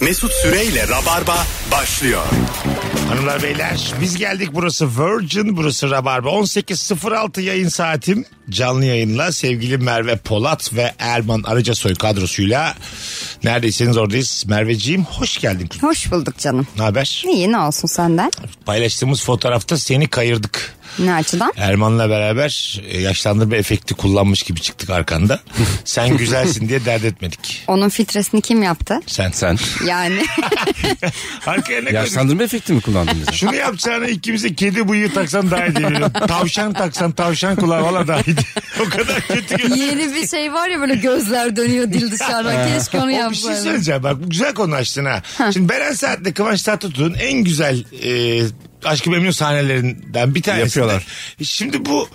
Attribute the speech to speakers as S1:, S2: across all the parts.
S1: Mesut Süreyle Rabarba başlıyor.
S2: Hanımlar beyler biz geldik burası Virgin burası Rabarba 18.06 yayın saatim canlı yayınla sevgili Merve Polat ve Erman Arıcasoy kadrosuyla neredeyseniz oradayız Merveciğim hoş geldin kuzum
S3: Hoş bulduk canım.
S2: ne haber
S3: İyi ne olsun senden?
S2: paylaştığımız fotoğrafta seni kayırdık
S3: Ne açıdan?
S2: Erman'la beraber e, yaşlandırma efekti kullanmış gibi çıktık arkanda sen güzelsin diye dert etmedik
S3: Onun filtresini kim yaptı?
S2: sen
S4: Sen
S3: Yani
S2: arkaya ne koyduk?
S4: yaşlandırma efekti mi kullandın bize?
S2: Şunu yapacağına ikimize kedi bıyığı taksan daha iyi diyebilirim. Tavşan taksan tavşan kulağı valla daha iyi. diye. o kadar kötü gözüküyor.
S3: yeni bir şey var ya böyle gözler dönüyor dil dışarıdan. Keşke onu
S2: O bir şey söyleyeceğim bak bu güzel konu açtın ha. Şimdi Beren Saat'le Kıvanç Tatlıtuğ'un en güzel e, Aşkı Memnun sahnelerinden bir tanesi.
S4: Yapıyorlar.
S2: Şimdi bu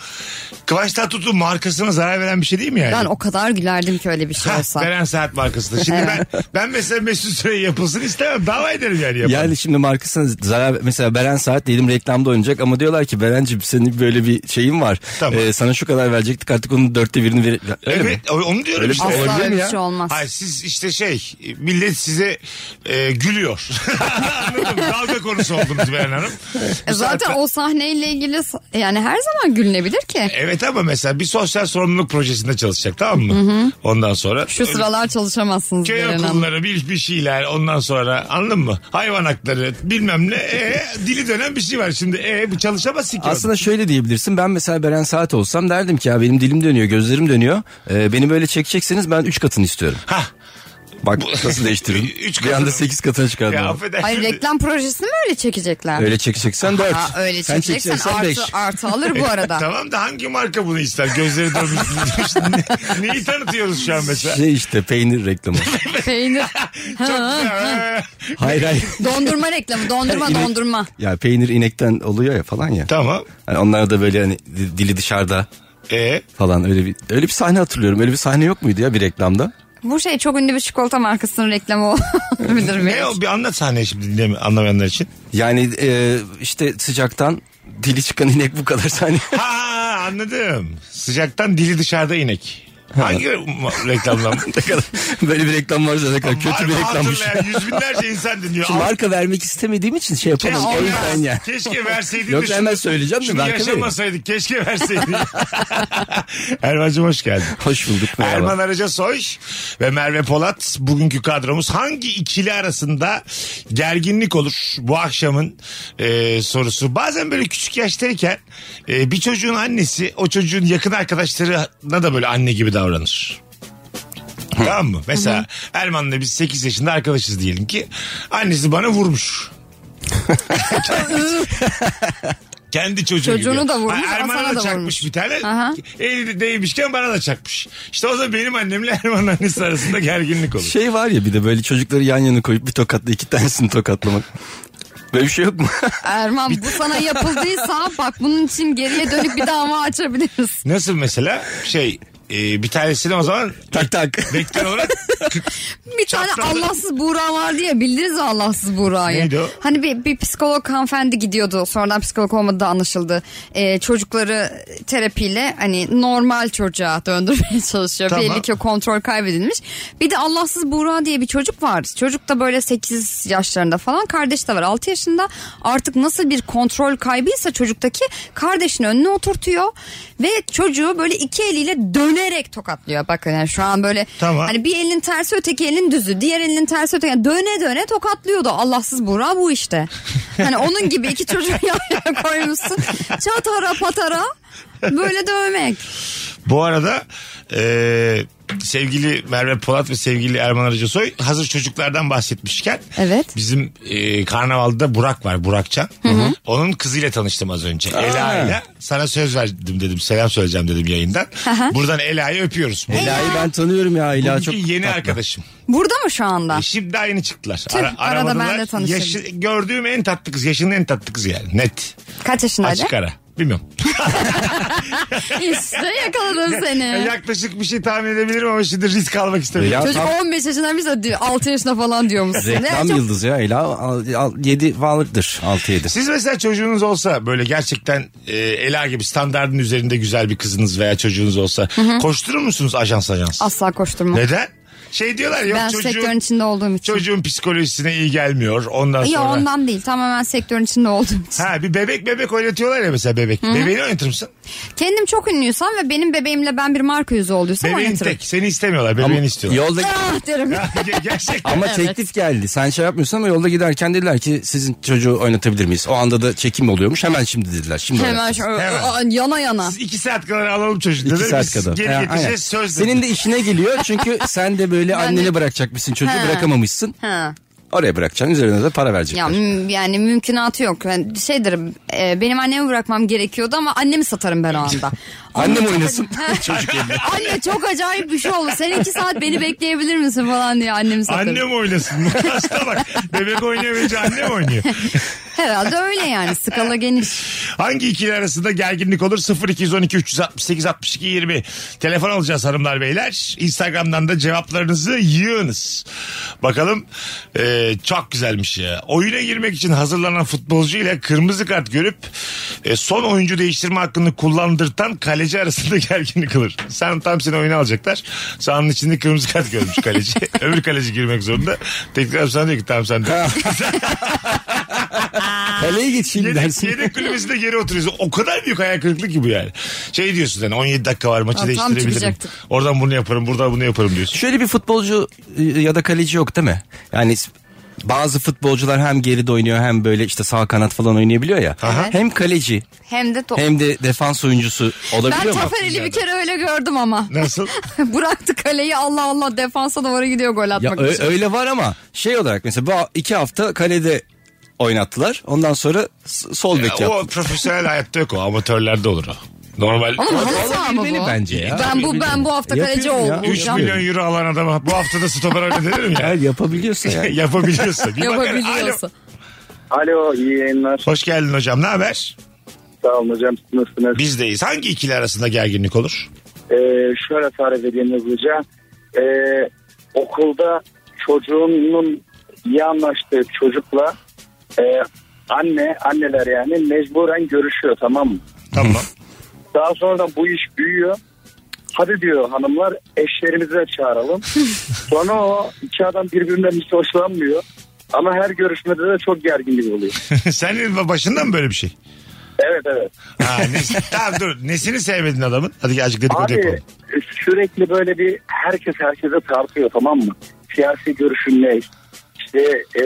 S2: Kıvanç Tatlıtuğ markasına zarar veren bir şey değil mi yani?
S3: Ben o kadar gülerdim ki öyle bir şey
S2: Ha,
S3: olsa.
S2: Beren Saat markasında. Şimdi ben ben mesela Mesut Süre yapılsın istemem. Dava ederim yani yapan.
S4: Yani şimdi markasına zarar mesela Beren Saat diyelim reklamda oynayacak ama diyorlar ki Beren'cim senin böyle bir şeyin var.
S2: Tamam.
S4: Ee, sana şu kadar verecektik artık onun dörtte birini ver. Öyle mi?
S2: evet, onu diyorum
S4: Öyle
S2: işte.
S4: bir şey
S3: Asla
S4: Olabilir mi
S3: öyle bir
S4: ya?
S3: şey olmaz.
S2: Hayır siz işte şey millet size e, gülüyor. Anladım. Dalga konusu oldunuz Beren Hanım.
S3: E Zaten o sahneyle ilgili s- yani her zaman gülünebilir ki.
S2: Evet ama mesela bir sosyal sorumluluk projesinde çalışacak tamam mı? Ondan sonra.
S3: Şu
S2: şey-
S3: sıralar çalışamazsınız
S2: Köy
S3: Beren Hanım.
S2: okulları bir, bir şeyler ondan sonra anladın mı? Hayvan hakları bilmem ne e, dili dönen bir şey var şimdi e, bu çalışamazsın ki.
S4: Aslında şöyle diyebilirsin ben mesela Beren Saat olsam derdim ki ya benim dilim dönüyor gözlerim dönüyor. Ee, beni böyle çekecekseniz ben 3 katını istiyorum.
S2: Hah.
S4: Bak nasıl değiştiririm.
S2: Üç
S4: bir
S2: katını.
S4: anda 8 katına çıkardım.
S2: Ya
S4: onu.
S2: affedersin.
S3: Hayır reklam projesini mi öyle çekecekler?
S4: Öyle çekeceksen 4.
S3: Ha, öyle
S4: Sen
S3: çekeceksen
S4: çekeceksen 5.
S3: artı, artı alır bu arada.
S2: Tamam da hangi marka bunu ister? Gözleri dönmüş. Ne- Neyi tanıtıyoruz şu an mesela?
S4: Şey işte peynir reklamı.
S3: Peynir.
S2: Çok güzel.
S4: hayır hayır.
S3: Dondurma reklamı dondurma
S4: İnek-
S3: dondurma.
S4: Ya peynir inekten oluyor ya falan ya.
S2: Tamam.
S4: Hani onlar da böyle hani di- dili dışarıda
S2: E
S4: falan öyle bir öyle bir sahne hatırlıyorum. Öyle bir sahne yok muydu ya bir reklamda?
S3: Bu şey çok ünlü bir çikolata markasının reklamı olabilir mi?
S2: ne o bir anlat sahneyi şimdi dinleme, anlamayanlar için.
S4: Yani e, işte sıcaktan dili çıkan inek bu kadar sahne.
S2: Ha anladım. Sıcaktan dili dışarıda inek. Hangi ma- reklamdan?
S4: Ne kadar- böyle bir reklam varsa ne kadar E, kötü
S2: Var
S4: bir
S2: mı
S4: reklammış.
S2: hatırlayan? Yüz binlerce insan dinliyor.
S4: Şimdi
S2: Al-
S4: marka vermek istemediğim için şey yapamadım.
S2: Keşke,
S4: O yüzden ya.
S2: keşke verseydin. de
S4: Yoksa
S2: şunu-
S4: hemen söyleyeceğim de
S2: şunu
S4: marka vereyim.
S2: yaşamasaydık keşke verseydin. Erman'cığım hoş geldin.
S4: Hoş bulduk merhaba.
S2: Erman Araca Soy ve Merve Polat bugünkü kadromuz hangi ikili arasında gerginlik olur bu akşamın e, sorusu. Bazen böyle küçük yaştayken e, bir çocuğun annesi o çocuğun yakın arkadaşlarına da böyle anne gibi davranır. Tamam mı? Mesela Erman'la biz 8 yaşında arkadaşız diyelim ki annesi bana vurmuş. Kendi çocuğu
S3: Çocuğunu
S2: gibi.
S3: da vurmuş,
S2: Ha, Erman'a
S3: sana
S2: da,
S3: da
S2: çakmış
S3: vurmuş.
S2: bir tane.
S3: Aha.
S2: Eli değmişken bana da çakmış. İşte o zaman benim annemle Erman'ın annesi arasında gerginlik olur.
S4: Şey var ya bir de böyle çocukları yan yana koyup bir tokatla iki tanesini tokatlamak. Böyle bir şey yok mu?
S3: Erman bu sana yapıldıysa bak bunun için geriye dönüp bir dava açabiliriz.
S2: Nasıl mesela şey e, bir tanesini o zaman
S4: tak tak.
S2: vektör olarak
S3: Bir tane
S2: Çapraz-
S3: Allahsız Buğra vardı ya bildiniz mi Allahsız Buğra'yı?
S2: Neydi o?
S3: Hani bir, bir psikolog hanımefendi gidiyordu sonradan psikolog olmadığı da anlaşıldı. Ee, çocukları terapiyle hani normal çocuğa döndürmeye çalışıyor.
S2: Tamam.
S3: Belli ki o kontrol kaybedilmiş. Bir de Allahsız Buğra diye bir çocuk var. Çocuk da böyle 8 yaşlarında falan kardeş de var 6 yaşında. Artık nasıl bir kontrol kaybıysa çocuktaki kardeşini önüne oturtuyor. Ve çocuğu böyle iki eliyle dönerek tokatlıyor. Bakın yani şu an böyle
S2: Tamam.
S3: hani bir elinin tersi öteki elin düzü. Diğer elinin tersi öteki. yani döne döne tokatlıyordu. Allahsız Buğra bu işte. Hani onun gibi iki çocuğu yan yana koymuşsun. Çatara patara. Böyle dövmek.
S2: Bu arada e, sevgili Merve Polat ve sevgili Erman Arıca Soy hazır çocuklardan bahsetmişken
S3: Evet.
S2: bizim e, karnavalda Burak var Burakcan. Onun kızıyla tanıştım az önce. Ela ile sana söz verdim dedim selam söyleyeceğim dedim yayından. Buradan Ela'yı öpüyoruz.
S4: Ela'yı ben tanıyorum ya. Ela çok
S2: Bugünkü yeni
S4: tatlı.
S2: arkadaşım.
S3: Burada mı şu anda?
S2: E, şimdi aynı çıktılar.
S3: Tüh, arada ben de tanışırım.
S2: Yaşı- gördüğüm en tatlı kız. Yaşının en tatlı kızı yani. Net.
S3: Kaç yaşındaydı?
S2: Açık ara. Bilmiyorum.
S3: İşte yakaladım seni.
S2: Yaklaşık bir şey tahmin edebilirim ama şimdi risk almak istemiyorum.
S4: Ya
S3: Çocuk
S4: tam-
S3: 15 yaşından bize 6 yaşına falan diyormuşsun.
S4: Reklam
S3: çok
S4: yıldızı ya Ela 7 vardır 6-7.
S2: Siz mesela çocuğunuz olsa böyle gerçekten e, Ela gibi standartın üzerinde güzel bir kızınız veya çocuğunuz olsa koşturur musunuz ajans ajans?
S3: asla koşturma.
S2: Neden? Şey diyorlar yok
S3: Ben sektörün
S2: çocuğun,
S3: içinde olduğum için.
S2: çocuğun psikolojisine iyi gelmiyor ondan
S3: Ya
S2: sonra.
S3: ondan değil tamamen sektörün içinde olduğum için.
S2: Ha bir bebek bebek oynatıyorlar ya mesela bebek. Bebeğini oynatır mısın?
S3: Kendim çok ünlüysam ve benim bebeğimle ben bir marka yüzü olduysam
S2: Bebeğin
S3: oynatırım.
S2: tek. Seni istemiyorlar bebeğini istiyorlar.
S4: Yolda
S3: Ah derim.
S2: Ger- Gerçekten.
S4: ama
S3: Evet.
S4: teklif geldi. Sen şey yapmıyorsun ama yolda giderken dediler ki sizin çocuğu oynatabilir miyiz? O anda da çekim oluyormuş. Hemen şimdi dediler. Şimdi
S3: Hemen
S4: oynatın.
S3: şöyle
S2: Hemen.
S3: aa, yana yana.
S2: Siz iki saat kadar alalım çocuğu.
S4: İki
S2: dedi.
S4: saat
S2: Biz
S4: kadar.
S2: Geri
S4: Ha, aynen.
S2: getireceğiz söz
S4: Senin de işine geliyor çünkü sen de böyle annene bırakacakmışsın çocuğu
S3: Ha.
S4: bırakamamışsın.
S3: Ha.
S4: Oraya bırakacaksın üzerine de para verecekler.
S3: Ya müm- yani mümkünatı yok. Yani şeydir e, benim annemi bırakmam gerekiyordu ama annemi satarım ben o anda.
S4: Annem
S3: çok-
S4: oynasın.
S3: Ha.
S4: Çocuk elinde.
S3: Anne çok acayip bir şey oldu. Sen iki saat beni bekleyebilir misin falan diye annemi satarım.
S2: Annem oynasın. Hasta bak. Bebek oynayamayınca annem oynuyor.
S3: Herhalde öyle yani skala geniş.
S2: Hangi ikili arasında gerginlik olur? 0212 368 62 20. Telefon alacağız hanımlar beyler. Instagram'dan da cevaplarınızı yığınız. Bakalım e, çok güzelmiş ya. Oyuna girmek için hazırlanan futbolcu ile kırmızı kart görüp e, son oyuncu değiştirme hakkını kullandırtan kaleci arasında gerginlik olur. Sen tam seni oyuna alacaklar. Sahanın içinde kırmızı kart görmüş kaleci. Öbür kaleci girmek zorunda. Tekrar sana diyor ki tamam sen de.
S4: Kaleye geçeyim
S2: Yedek,
S4: dersin.
S2: yedek kulübesinde geri oturuyorsun. O kadar büyük hayal kırıklığı ki bu yani. Şey diyorsun yani 17 dakika var maçı
S3: Ya tam
S2: değiştirebilirim.
S3: çıkacaktık.
S2: Oradan bunu yaparım buradan bunu yaparım diyorsun.
S4: Şöyle bir futbolcu e, ya da kaleci yok değil mi? Yani s- bazı futbolcular hem geride oynuyor hem böyle işte sağ kanat falan oynayabiliyor ya.
S3: Aha.
S4: Hem kaleci
S3: Hem de top.
S4: hem de defans oyuncusu
S3: Ben
S4: olabiliyor mu?
S3: Taferel'i bir kere öyle gördüm ama.
S2: Nasıl?
S3: Bıraktı kaleyi Allah Allah defansa doğru gidiyor gol
S4: Ya
S3: atmak
S4: ö-
S3: için.
S4: öyle var ama şey olarak mesela bu iki hafta kalede oynattılar. Ondan sonra s- sol bek yaptı.
S2: o profesyonel hayatta yok o. Amatörlerde olur o. Normal.
S3: Oğlum halı saha mı
S4: Olabilmeli
S3: bu?
S4: bence ya.
S3: Ben bu ben bu hafta
S4: Yapıyorum
S3: kaleci
S4: ya.
S3: oldum.
S4: Üç
S2: 3 milyon euro alan adama bu haftada stoper oyna denir mi ya?
S4: Eğer yapabiliyorsa ya.
S2: Yapabiliyorsa. Bir bakar.
S3: Yapabiliyorsa.
S2: Alo.
S5: Alo iyi yayınlar.
S2: Hoş geldin hocam ne haber?
S5: Sağ olun hocam siz nasılsınız?
S2: Bizdeyiz. Hangi ikili arasında gerginlik olur?
S5: Ee, şöyle tarif edeyim hızlıca. Ee, okulda çocuğunun iyi anlaştığı çocukla e, anne, anneler yani mecburen görüşüyor tamam mı?
S2: Tamam.
S5: Daha sonradan bu iş büyüyor. Hadi diyor hanımlar eşlerimizi de çağıralım. Sonra o iki adam birbirinden hiç hoşlanmıyor. Ama her görüşmede de çok gerginlik oluyor.
S2: Senin başından mı böyle bir şey?
S5: Evet evet.
S2: Ha, ne, tamam dur. Nesini sevmedin adamın? Hadi azıcık dedikodu
S5: Abi
S2: yapalım.
S5: sürekli böyle bir herkes herkese tartıyor tamam mı? Siyasi görüşün ne? İşte e,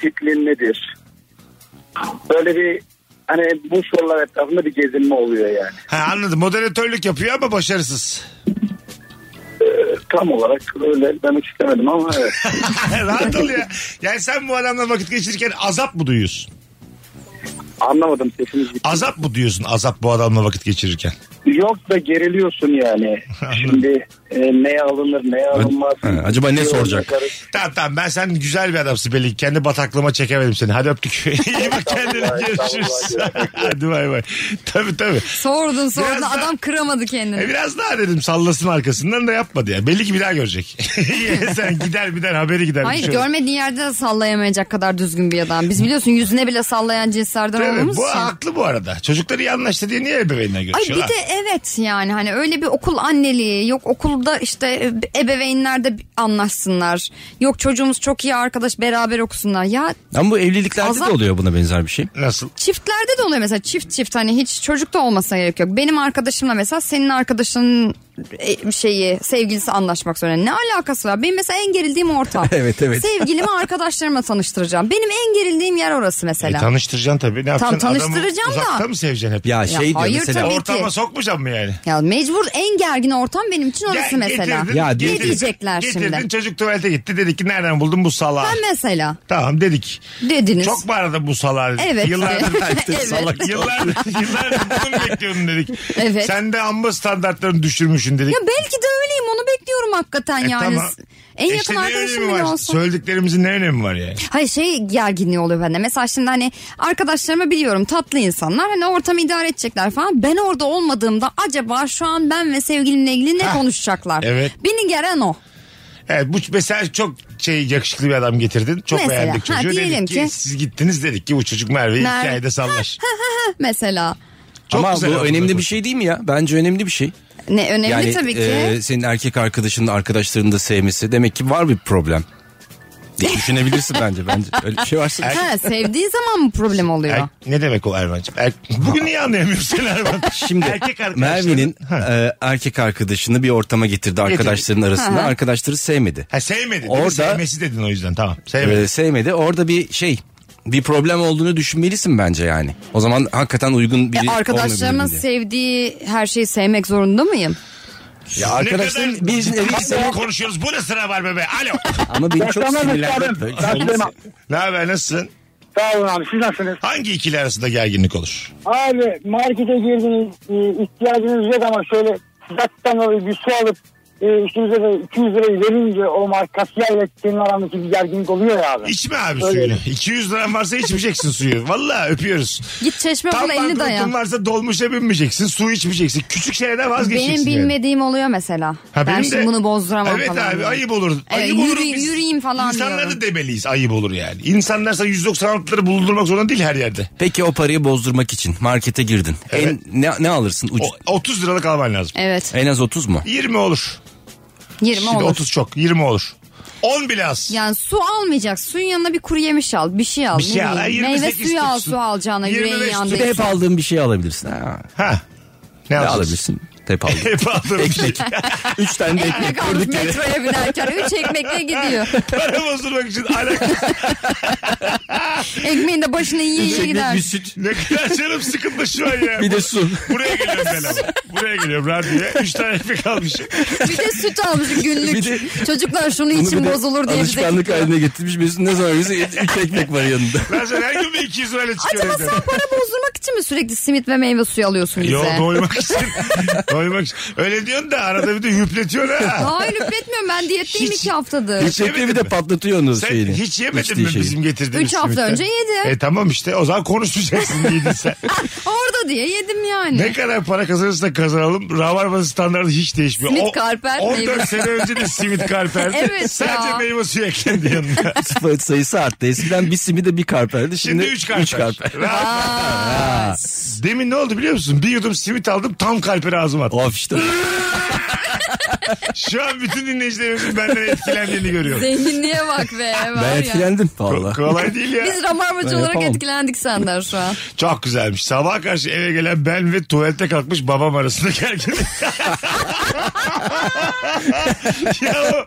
S5: tiplin nedir? Böyle bir hani bu sorular etrafında bir gezinme oluyor yani.
S2: Ha, anladım. Moderatörlük yapıyor ama başarısız.
S5: Tam olarak öyle demek istemedim ama evet.
S2: Rahat ol ya. Yani sen bu adamla vakit geçirirken azap mı duyuyorsun?
S5: anlamadım sesiniz. gitti.
S2: Azap mı duyuyorsun azap bu adamla vakit geçirirken?
S5: Yok da geriliyorsun yani. Şimdi e, neye alınır neye alınmaz.
S4: Ha, acaba ne soracak?
S2: Tamam tamam ben sen güzel bir adamsın belli ki. Kendi bataklığıma çekemedim seni. Hadi öptük. İyi bak kendine
S5: Tamam,
S2: görüşürüz.
S5: tamam,
S2: Hadi bay bay. Tabii tabii.
S3: Sordun sordun
S2: Biraz daha-
S3: adam kıramadı
S2: E
S3: kendini.
S2: biraz daha dedim sallasın arkasından da yapmadı ya. Belli ki bir daha görecek. Yani sen gider bir daha haberi gider. bir
S3: Hayır
S2: şey olur.
S3: görmediğin yerde de sallayamayacak kadar düzgün bir adam. Biz biliyorsun yüzüne bile sallayan cinslerden
S2: Tabii,
S3: olduğumuz
S2: bu
S3: için.
S2: haklı bu arada. Çocukları iyi anlaştı diye niye ebeveynle
S3: Ay bir
S2: görüşüyorlar?
S3: de evet yani hani öyle bir okul anneliği yok okulda işte e, ebeveynler de anlaşsınlar. Yok çocuğumuz çok iyi arkadaş beraber okusunlar. Ya
S4: Ama bu evliliklerde
S3: Azap-
S4: de oluyor buna benzer bir şey.
S2: Nasıl?
S3: çiftlerde de oluyor mesela çift çift hani hiç çocuk da olmasına gerek yok. Benim arkadaşımla mesela senin arkadaşının e, şeyi sevgilisi anlaşmak zorunda. Ne alakası var? Benim mesela en gerildiğim ortam.
S4: Evet, evet.
S3: Sevgilimi arkadaşlarıma tanıştıracağım. Benim en gerildiğim yer orası
S2: E,
S3: mesela.
S2: tanıştıracaksın tabii. Ne yapacaksın?
S3: tanıştıracağım
S2: Adamı
S3: da.
S2: Uzakta mı seveceksin hep?
S4: Ya şey diyor
S3: hayır
S4: mesela.
S3: tabii.
S2: Ortama
S3: ki.
S2: sokmayacağım mı yani?
S3: ya mecbur en gergin ortam benim için
S2: Ya
S3: orası mesela.
S2: getirdin,
S4: Ya
S2: getirdin,
S4: ne
S3: diyecekler
S2: getirdin,
S3: şimdi?
S2: çocuk tuvalete gitti. Dedik ki nereden buldun bu salağı?
S3: Ben mesela
S2: Tamam dedik.
S3: dediniz.
S2: Çok mu aradın bu salağı? dedik.
S3: Evet.
S2: Yıllardır
S3: Evet.
S2: salak. Yıllardır, yıllardır bunu bekliyordun dedik.
S3: Evet.
S2: Sen de amma standartlarını düşürmüşsün dedik.
S3: Ya belki de öyleyim onu bekliyorum hakikaten
S2: E,
S3: yani.
S2: tamam.
S3: En yakın
S2: işte ne
S3: arkadaşım
S2: önemi
S3: bile
S2: var?
S3: olsa.
S2: Söylediklerimizin ne önemi var yani?
S3: Hayır şey gerginliği oluyor bende. Mesela şimdi hani arkadaşlarımı biliyorum tatlı insanlar. Hani ortamı idare edecekler falan. Ben orada olmadığımda acaba şu an ben ve sevgilimle ilgili ne
S2: Hah,
S3: konuşacaklar?
S2: evet.
S3: Beni geren o.
S2: Evet bu mesela çok şey yakışıklı bir adam getirdin. Çok
S3: Mesela.
S2: beğendik
S3: Ha,
S2: çocuğu.
S3: diyelim
S2: dedik ki,
S3: ki-
S2: siz gittiniz dedik ki bu çocuk Merve'yi
S3: Merve.
S2: hikayede sallar.
S3: Heh, Mesela.
S2: Çok
S4: Ama
S2: güzel
S4: bu
S2: oldu
S4: önemli
S2: bu.
S4: bir şey değil mi ya? Bence önemli bir şey.
S3: Ne önemli
S4: yani
S3: tabii ki.
S4: e, senin erkek arkadaşının arkadaşlarını da sevmesi demek ki var bir problem. Diye düşünebilirsin bence. Bence öyle bir şey varsa.
S3: Ha, sevdiği zaman mı problem oluyor?
S2: Er- ne demek o Erman'cığım? Er- Bugün niye anlayamıyorsun sen Erman?
S4: Şimdi
S2: arkadaşların-
S4: Merve'nin
S2: Ha.
S4: e, erkek arkadaşını bir ortama getirdi arkadaşların arasında.
S3: Ha.
S4: Arkadaşları sevmedi.
S2: Ha sevmedi. Orada...
S4: Orada-
S2: Sevmesi dedin o yüzden tamam. Sevmedi.
S4: Ee, sevmedi. Orada bir şey bir problem olduğunu düşünmelisin bence yani. O zaman hakikaten uygun
S2: er-
S4: biri
S3: E, arkadaşlarımın
S4: olmayabilir diye.
S3: sevdiği her şeyi sevmek zorunda mıyım?
S4: Ya arkadaşların
S2: ne kadar
S4: bir nevi
S2: ciddi
S4: sev-
S2: konuşuyoruz. Bu ne sıra var be? Alo.
S4: ama beni çok
S6: Yaşlanmaz
S4: sinirlendirdi.
S6: üstadım.
S4: Böyle-
S6: Ben size bak-
S2: ne haber nasılsın?
S6: Sağ olun abi siz nasılsınız?
S2: Hangi ikili arasında gerginlik olur?
S6: Abi markete girdiniz e, ihtiyacınız yok ama şöyle sıcaktan dolayı bir su alıp e, üstünüze de 200 lirayı verince o mark kasiyerle senin arandaki bir gerginlik oluyor ya abi.
S2: İçme abi
S6: Öyle.
S2: suyunu. 200 liran varsa içmeyeceksin suyu. Valla öpüyoruz.
S3: Git çeşme
S2: Tam
S3: bana elini daya.
S2: banknotun varsa dolmuşa binmeyeceksin. Su içmeyeceksin. Küçük şeylerden
S3: Benim
S2: vazgeçeceksin. yani.
S3: bilmediğim oluyor mesela. ben
S2: Ha, benim
S3: şimdi
S2: de-
S3: bunu bozduramam
S2: evet
S3: falan.
S2: abi
S3: diye.
S2: ayıp olur.
S3: Evet,
S2: ayıp olur.
S3: yürüyeyim-
S2: Biz
S3: yürüyeyim falan
S2: İnsanlara
S3: diyorum.
S2: da demeliyiz ayıp olur yani. İnsanlarsa 196'ları buldurmak zorunda değil her yerde.
S4: Peki o parayı bozdurmak için markete girdin.
S2: Evet.
S4: En ne, ne alırsın? Ucu-
S2: O, 30 liralık alman lazım.
S3: Evet.
S4: En az 30 mu?
S2: 20 olur.
S3: 20
S2: E, Şimdi
S3: olur.
S2: 30 çok. 20 olur. 10 bile az.
S3: Yani su almayacak. Suyun yanına bir kuru yemiş al. Bir şey al.
S2: Bir
S3: ne
S2: şey al.
S3: bileyim.
S2: 28
S3: Meyve suyu al
S2: tutsun.
S3: su alacağına. Yüreğin
S2: 25
S3: yandı.
S4: Bir de hep aldığın bir şey alabilirsin. Ha,
S2: Ha. Ne,
S4: ne
S2: alacaksın?
S4: alabilirsin? Hep aldın.
S2: Hep şey. aldım.
S4: Üç tane de ekmek
S3: Ekmek almış
S4: durduk yere.
S3: metroya binerken. Üç ekmekle gidiyor.
S2: Para bozdurmak için alakası.
S3: Ekmeğin de başına yiye
S4: Üç
S3: yiye
S4: ekmek,
S3: gider.
S4: bir süt.
S2: Ne kadar canım sıkıldı şu an ya.
S4: Bir de su.
S2: Buraya geliyorum ben ama. Buraya geliyorum radyoya. Üç tane ekmek almışım.
S3: Bir de süt almış günlük.
S4: Bir de-
S3: Çocuklar şunu
S4: Bunu bir
S3: için
S4: de
S3: bozulur diye bize
S4: Alışkanlık
S3: gidiyor.
S4: haline getirmiş. Mesut ne zaman görürse üç ekmek var yanında.
S2: Ben sana her gün bir 200 lirayla çıkıyorum.
S3: Acaba sen para bozdurmak için mi sürekli simit ve meyve suyu alıyorsun bize?
S2: Yo doymak için. doymak için. Öyle diyorsun da arada bir de hüpletiyorsun ha.
S3: Hayır üfletmiyorum ben diyetteyim
S2: Hiç-
S3: iki haftadır.
S4: Üç ekmeği bir de
S2: yemedin mi?
S4: patlatıyor onu
S2: Sen
S4: şeyini.
S2: hiç yemedin
S4: İçtiği
S2: mi
S4: şeyi.
S2: bizim getirdiğimiz
S3: şey Üç hafta
S2: simitten?
S3: önce yedim.
S2: E tamam işte o zaman konuşmayacaksın yedin sen.
S3: Orada diye yedim yani.
S2: Ne kadar para kazanırsak kazanalım Ravarva'nın standartı hiç değişmiyor.
S3: Simit
S2: O-
S3: karper,
S2: 14
S3: meyve-
S2: sene önce de simit karperdi.
S3: Evet ya.
S2: Sadece meyve suyu eklendi yanına.
S4: Sıfır sayısı arttı. Eskiden bir simi de bir karperdi. Şimdi,
S2: Şimdi 3 karper. Rahat. Demin ne oldu biliyor musun? Bir yudum simit aldım tam kalperi ağzıma attım.
S4: Of işte.
S2: Şu an bütün dinleyicilerimizin benden etkilendiğini görüyorum.
S3: Zenginliğe bak be. var ya.
S4: Ben etkilendim
S2: Ko-
S4: valla.
S2: Kolay değil ya.
S3: Biz ramarmacı
S4: Ben
S3: olarak
S4: yapamam.
S3: etkilendik senden şu an.
S2: Çok güzelmiş. Sabah karşı eve gelen ben ve tuvalete kalkmış babam arasında gerginlik. ya o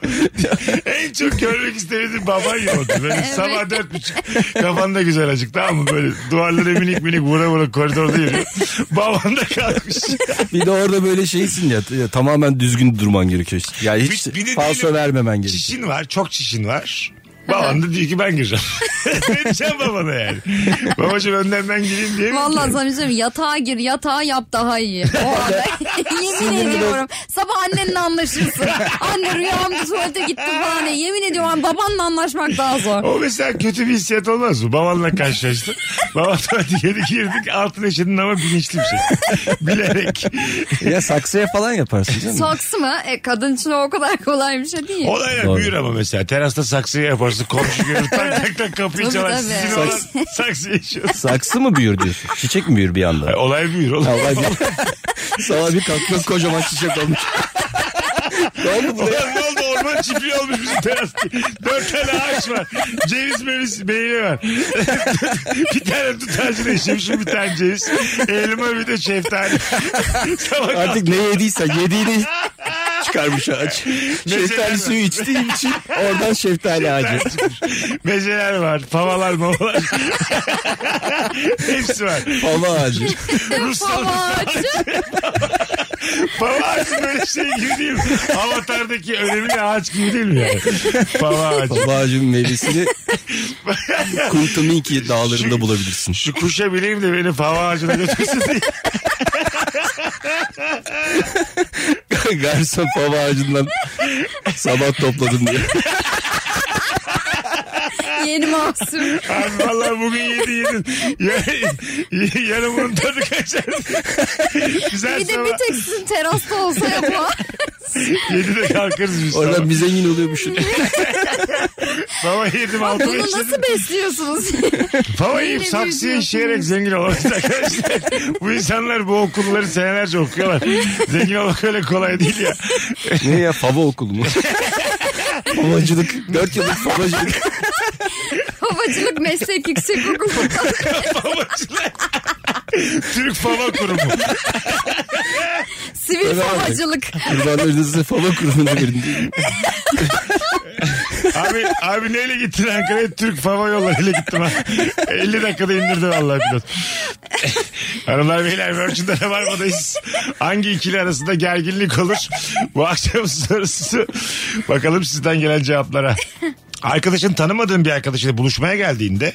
S2: en çok görmek istediğim baban ya oldu. Böyle sabah dört buçuk kafan da güzel acık tamam mı? Böyle duvarlara minik minik vura vura koridorda yürüyor. baban da kalkmış.
S4: Bir de orada böyle şeysin ya, ya tamamen düzgün durman gerekiyor. işte. Yani hiç
S2: Bir- bir de
S4: falso
S2: diyelim,
S4: vermemen gerekiyor.
S2: Çişin var çok çişin var. Baban da diyor ki ben gireceğim. ne diyeceğim babana yani? Babacığım önden ben gireyim diye.
S3: Vallahi sana bir şey söyleyeyim, yatağa gir yatağa yap daha iyi. O arada yemin ediyorum sabah annenle anlaşırsın. Anne rüyamda tuvalete gittim falan diye. Yemin ediyorum hani babanla anlaşmak daha zor.
S2: O mesela kötü bir hissiyat olmaz mı? Babanla karşılaştın. Baba tuvalete girdik girdik altın eşinin ama bilinçli bir şey. Bilerek.
S4: Ya saksıya falan yaparsın canım.
S3: Saksı mı? E, kadın için o o kadar kolay bir şey değil.
S2: Olaylar
S4: Doğru.
S2: büyür ama mesela. Terasta saksıya yaparsın. Komşu görür tak tak tak kapıyı
S3: Tabii,
S2: çalar.
S3: tabii.
S2: Sizin
S3: Saks-
S2: olan saksıya yaşıyorsun.
S4: Saksı mı büyür diyorsun? Çiçek mi büyür bir anda?
S2: Ay, Olay büyür oğlum.
S4: Allah bir- Sabah bir kalkmış kocaman çiçek olmuş. ne oldu bu?
S2: Ulan ne oldu orman çiftliği olmuş bizim terasta. Dört tane ağaç var. Ceviz meviz meyve var. bir tane tut ağacına işemişim bir tane ceviz. Elma bir de şeftali. Sabah kalk-
S4: Artık ne yediysen yediğini çıkarmış ağaç. Şeftali suyu içtiğim için oradan şeftali ağacı.
S2: Mezeler var, pavalar mavalar. Hepsi var.
S4: Pava ağacı.
S2: Ruslar
S3: Ama-
S2: pava ağacı böyle şey gibi değil mi? Avatar'daki önemli ağaç gibi değil mi yani? Pava ağacı.
S4: Pava ağacının meyvesini Kuntuminki dağlarında bulabilirsin.
S2: Şu kuşa bileyim de beni pava ağacına götürsün diye.
S4: Garson pav ağacından sabah topladım diye.
S3: Yeni mahsur.
S2: Abi vallahi bugün yedi yedin. Ya- Yarın bunun tadı kaçar. Güzel
S3: Bir de
S2: sabah.
S3: bir tek sizin terasta olsa yapma.
S2: Yedide kalkarız biz sabah.
S4: Oradan bir zengin oluyormuşsun.
S2: Baba yedim altı
S3: Bunu
S2: yaşında.
S3: nasıl besliyorsunuz?
S2: Baba yiyip
S3: Neyle
S2: saksıya
S3: büyütüyorsunuz?
S2: işeyerek zengin olamayız arkadaşlar. bu insanlar bu okulları senelerce okuyorlar. Zengin olmak öyle kolay değil ya.
S4: ne ya fava okulu mu? Favacılık. Dört yıllık favacılık.
S3: Havacılık meslek yüksek
S2: Babacılar. Türk Fava Kurumu.
S3: Sivil havacılık.
S4: Kurbanlarınızı fava kurumuna verin.
S2: Abi, abi neyle gittin Ankara'ya? Türk Fava yollarıyla gittim ha. 50 dakikada indirdi vallahi pilot. Hanımlar beyler Virgin'de Rabarba'dayız. Hangi ikili arasında gerginlik olur? Bu akşam sorusu. Bakalım sizden gelen cevaplara. Arkadaşın tanımadığın bir arkadaşıyla buluşmaya geldiğinde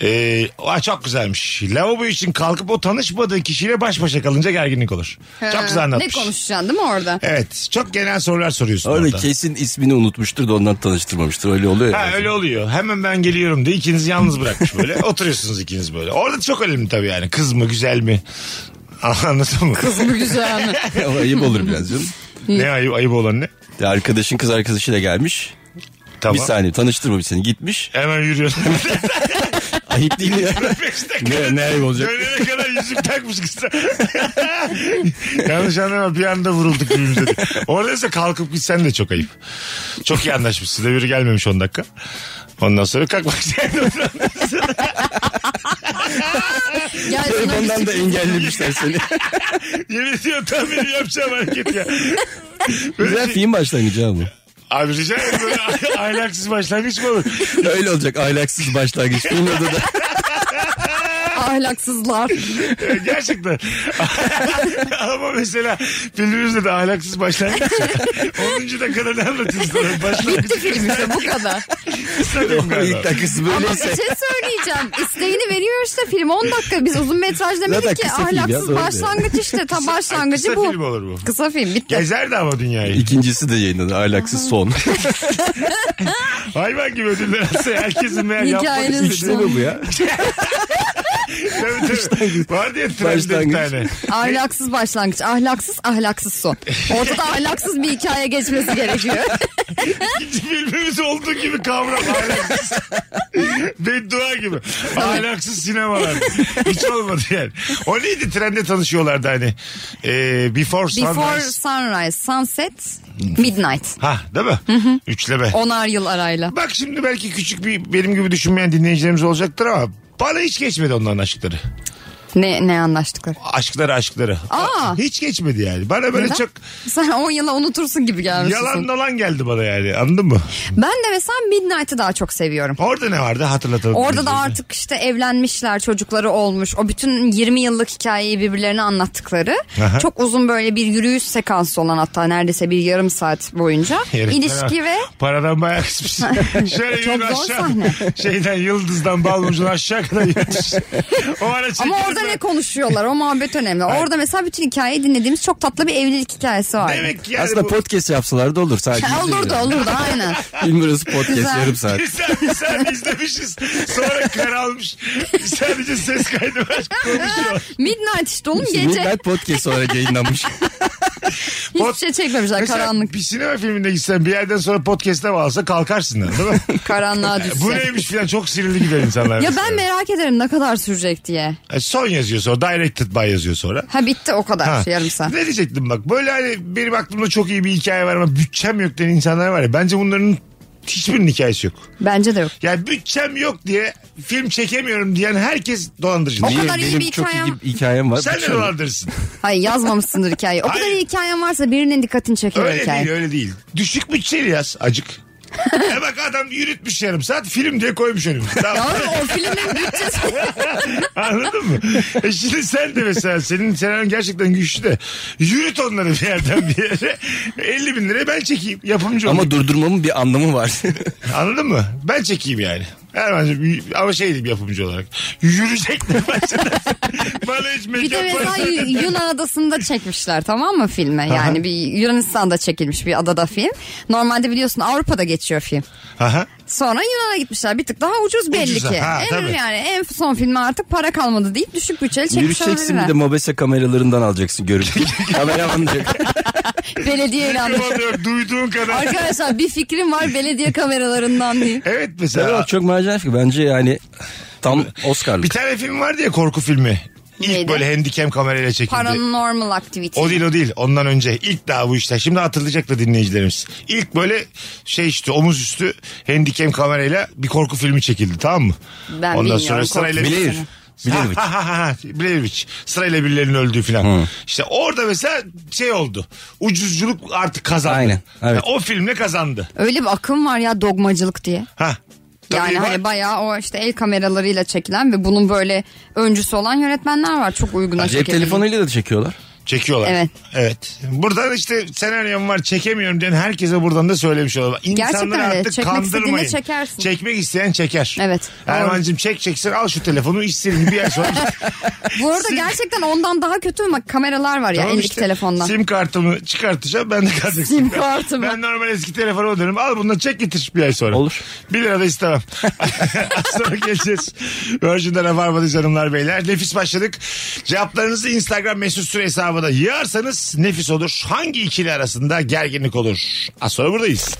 S2: eee "Aa, çok güzelmiş. Lavabo için kalkıp o tanışmadığı kişiyle baş başa kalınca gerginlik olur. çok güzel
S3: Ne
S2: anlatmış.
S3: konuşacaksın değil mi orada?
S2: Evet. Çok genel sorular soruyorsun
S4: Orada
S2: orada.
S4: kesin ismini unutmuştur da ondan tanıştırmamıştır. Öyle oluyor ya.
S2: Ha öyle oluyor. Hemen ben geliyorum diye ikinizi yalnız bırakmış böyle. Oturuyorsunuz ikiniz böyle. Orada çok önemli tabii yani. Kız mı güzel mi? Anladın mı?
S3: Bu güzel.
S4: Ama ayıp olur biraz canım.
S2: ne ayıp, ayıp olan ne?
S4: Ya Arkadaşın kız arkadaşıyla gelmiş.
S2: Tamam.
S4: Bir saniye tanıştırmamış seni. Gitmiş.
S2: Hemen yürüyorsun.
S4: Ayıp değil mi ya.
S2: Beş dakika.
S4: ne, ne ayıp olacak?
S2: Dönene kadar yüzük takmış kıza. Yanlış anlama bir anda vurulduk birbirimize. de. Orada ise kalkıp gitsen de çok ayıp. Çok iyi anlaşmışsın. Öbürü gelmemiş 10 dakika. Ondan sonra kalkmak istedim.
S3: Gel sana bir
S4: Ondan da engellemişler seni.
S2: Yemin ediyorum tam benim yapacağım hareket ya. Böyle
S4: Güzel
S2: şey-
S4: film başlangıcı ama.
S2: Abi rica ederim böyle ahlaksız başlangıç mı olur?
S4: Öyle olacak ahlaksız başlangıç. Film adı da
S3: ahlaksızlar.
S2: Ee, Gerçekten. Ama mesela filmimizde de ahlaksız başlangıç. 10. dakikada ne anlatıyorsun? sana? Başlangıç.
S3: Bitti film işte bu kadar.
S2: kısa değil mi galiba?
S4: ilk dakikası
S3: Ama bir
S4: böyleyse.
S3: şey söyleyeceğim. İsteğini veriyor işte film. 10 dakika biz uzun metraj
S4: Zaten
S3: demedik ki.
S4: kısa film ya,
S3: Ahlaksız
S4: doğru diyor.
S3: başlangıç işte. Tam başlangıcı
S2: Kısa
S3: bu.
S2: film olur bu.
S3: Kısa film bitti.
S2: Gezerdi ama dünyayı.
S4: İkincisi de yayınladı. Ahlaksız son.
S2: Hayvan gibi ödüller alsa herkesin meğer yapmak
S3: Hikayenin
S2: istediği.
S3: sonu.
S4: bu ya?
S2: Tabii tabii. Var diye trende bir
S4: Başlangıç.
S2: tane.
S3: Ahlaksız başlangıç. Ahlaksız ahlaksız son. Ortada ahlaksız bir hikaye geçmesi gerekiyor.
S2: Filmimiz olduğu gibi kavram ahlaksız. Beddua gibi. Ahlaksız sinemalar. Hiç olmadı yani. O neydi trende tanışıyorlardı hani. Ee, before,
S3: Before
S2: Sunrise.
S3: sunrise, sunset, midnight.
S2: Ha değil mi? Üçleme.
S3: Onar yıl arayla.
S2: Bak şimdi belki küçük bir benim gibi düşünmeyen dinleyicilerimiz olacaktır ama bana hiç geçmedi onların aşkları.
S3: Ne ne anlaştıkları?
S2: Aşkları aşkları.
S3: Aa.
S2: Hiç geçmedi yani. Bana böyle
S3: Neden?
S2: çok
S3: Sen 10 yıla unutursun gibi gelmişsin.
S2: yalan dolan geldi bana yani anladın mı?
S3: Ben de mesela Midnight'ı daha çok seviyorum.
S2: Orada ne vardı hatırlatalım.
S3: Orada da
S2: dinleyicilerimize.
S3: artık işte evlenmişler, çocukları olmuş. O bütün 20 yıllık hikayeyi birbirlerine anlattıkları.
S2: Aha.
S3: Çok uzun böyle bir yürüyüş sekansı olan hatta neredeyse bir yarım saat boyunca.
S2: Herif
S3: ilişki
S2: para-
S3: ve
S2: Paradan bayağı kısmış. Şöyle
S3: Çok
S2: yürü
S3: zor
S2: aşağı.
S3: sahne.
S2: Şeyden yıldızdan balmucun aşağı kadar yürümüş. o ara
S3: ama
S2: çekilirler.
S3: orada ne konuşuyorlar o muhabbet önemli. Orada mesela bütün hikayeyi dinlediğimiz çok tatlı bir evlilik hikayesi var.
S2: Demek ki yani
S4: Aslında
S2: bu-
S4: podcast yapsalar da olur. Sadece
S3: Olurdu olurdu aynen.
S4: Film burası podcast
S3: Güzel.
S4: yarım saat.
S2: Biz sen, biz sen izlemişiz. Sonra kar almış. Sadece ses kaydı var. Konuşuyor.
S3: Midnight işte oğlum gece.
S4: Midnight podcast olarak yayınlanmış.
S3: Hiçbir şey çekmemişler
S2: Mesela
S3: karanlık.
S2: bir sinema filminde gitsen bir yerden sonra podcast'e bağlasa kalkarsın lan, değil mi?
S3: Karanlığa
S2: Bu
S3: düşse.
S2: neymiş filan çok sinirli gider insanlar.
S3: Ya ben merak ederim ne kadar sürecek diye.
S2: E, Son yazıyor sonra. Directed by yazıyor sonra.
S3: Ha bitti o kadar
S2: Ha.
S3: şey yarım saat.
S2: Ne diyecektim bak böyle hani benim aklımda çok iyi bir hikaye var ama bütçem yok diyen insanlar var ya bence bunların hiçbirinin hikayesi yok.
S3: Bence de yok.
S2: Yani bütçem yok diye film çekemiyorum diyen herkes dolandırıcı.
S3: O kadar iyi
S4: Benim
S3: bir
S4: çok
S3: hikayem-
S4: iyi bir hikayem var.
S2: Sen de
S4: Şöyle.
S2: dolandırırsın.
S3: Hayır yazmamışsındır hikayeyi. O kadar
S2: Hayır.
S3: iyi hikayen varsa birinin dikkatini çeker
S2: Öyle
S3: hikaye.
S2: değil öyle değil. Düşük bütçeli yaz acık. e bak adam yürütmüş yarım saat film diye koymuş önümüze.
S3: Ya
S2: Tamam.
S3: oğlum, o filmin bütçesi.
S2: Anladın mı? E şimdi sen de mesela senin senaryonun gerçekten güçlü de yürüt onları bir yerden bir yere. 50 bin liraya ben çekeyim yapımcı olayım.
S4: Ama durdurmamın bir anlamı var.
S2: Anladın mı? Ben çekeyim yani. Erman'cığım y- ama şey diyeyim yapımcı olarak. Yürüyecekler başına. Bana hiç mekan
S3: Bir de mesela
S2: parası-
S3: Yu- Yunan adasında çekmişler tamam mı filmi? Yani bir Yunanistan'da çekilmiş bir adada film. Normalde biliyorsun Avrupa'da geçiyor film.
S2: Aha.
S3: Sonra Yunan'a gitmişler. Bir tık daha ucuz belli
S2: Ucuza,
S3: ki.
S2: ha,
S3: en
S2: tabii.
S3: yani en son filme artık para kalmadı deyip düşük bütçeli çekmiş
S4: Yürüyeceksin bir de
S3: olabilirler.
S4: mobese kameralarından alacaksın görüntü. Kameraman diyor.
S3: Belediye ilanı.
S2: Tamam diyor, Duyduğun kadar.
S3: Arkadaşlar bir fikrim var belediye kameralarından diye.
S2: Evet mesela.
S4: Yok, çok macera fikri. Bence yani tam Oscar'lık.
S2: Bir tane film vardı ya korku filmi. İlk
S3: Neydi?
S2: böyle handicam kamerayla çekildi.
S3: Paranormal activity.
S2: O değil o değil. Ondan önce ilk daha bu işler. Şimdi hatırlayacak da dinleyicilerimiz. İlk böyle şey işte omuz üstü handicam kamerayla bir korku filmi çekildi tamam mı?
S3: Ben
S2: Ondan
S3: bilmiyorum,
S2: sonra
S3: korku
S2: sırayla
S3: filmi.
S4: Bilir. Bilir mi?
S2: Ha, ha, ha, ha. Blair Witch. Sırayla birilerinin öldüğü filan. İşte orada mesela şey oldu. Ucuzculuk artık kazandı.
S4: Aynen, evet.
S2: Ya o filmle kazandı.
S3: Öyle bir akım var ya dogmacılık diye.
S2: Ha. Tabii
S3: yani
S2: var.
S3: hani bayağı o işte el kameralarıyla çekilen ve bunun böyle öncüsü olan yönetmenler var. Çok uyguna
S4: Cep
S3: çekebilen.
S4: telefonuyla da çekiyorlar.
S2: Çekiyorlar.
S3: Evet.
S2: Evet. Buradan işte senaryom var çekemiyorum diyen herkese buradan da söylemiş olalım. İnsanları
S3: Gerçekten öyle.
S2: artık
S3: Çekmek
S2: kandırmayın.
S3: istediğini çekersin.
S2: Çekmek isteyen çeker.
S3: Evet.
S2: Erman'cığım çek çeksin al şu telefonu içsin bir yer sonra.
S3: Bu arada gerçekten ondan daha kötü ama kameralar var ya
S2: Tamam
S3: eldeki
S2: işte.
S3: telefondan.
S2: Sim kartımı çıkartacağım ben de kalacak.
S3: Sim kartımı.
S2: Ben normal eski telefonu dönüyorum. Al bundan çek getir bir ay sonra.
S4: Olur.
S2: Bir lira da istemem. Az sonra geleceğiz. Virgin'de Rabarba'dayız hanımlar beyler. Nefis başladık. Cevaplarınızı Instagram mesut süre hesabına yığarsanız nefis olur. Hangi ikili arasında gerginlik olur? Az sonra buradayız.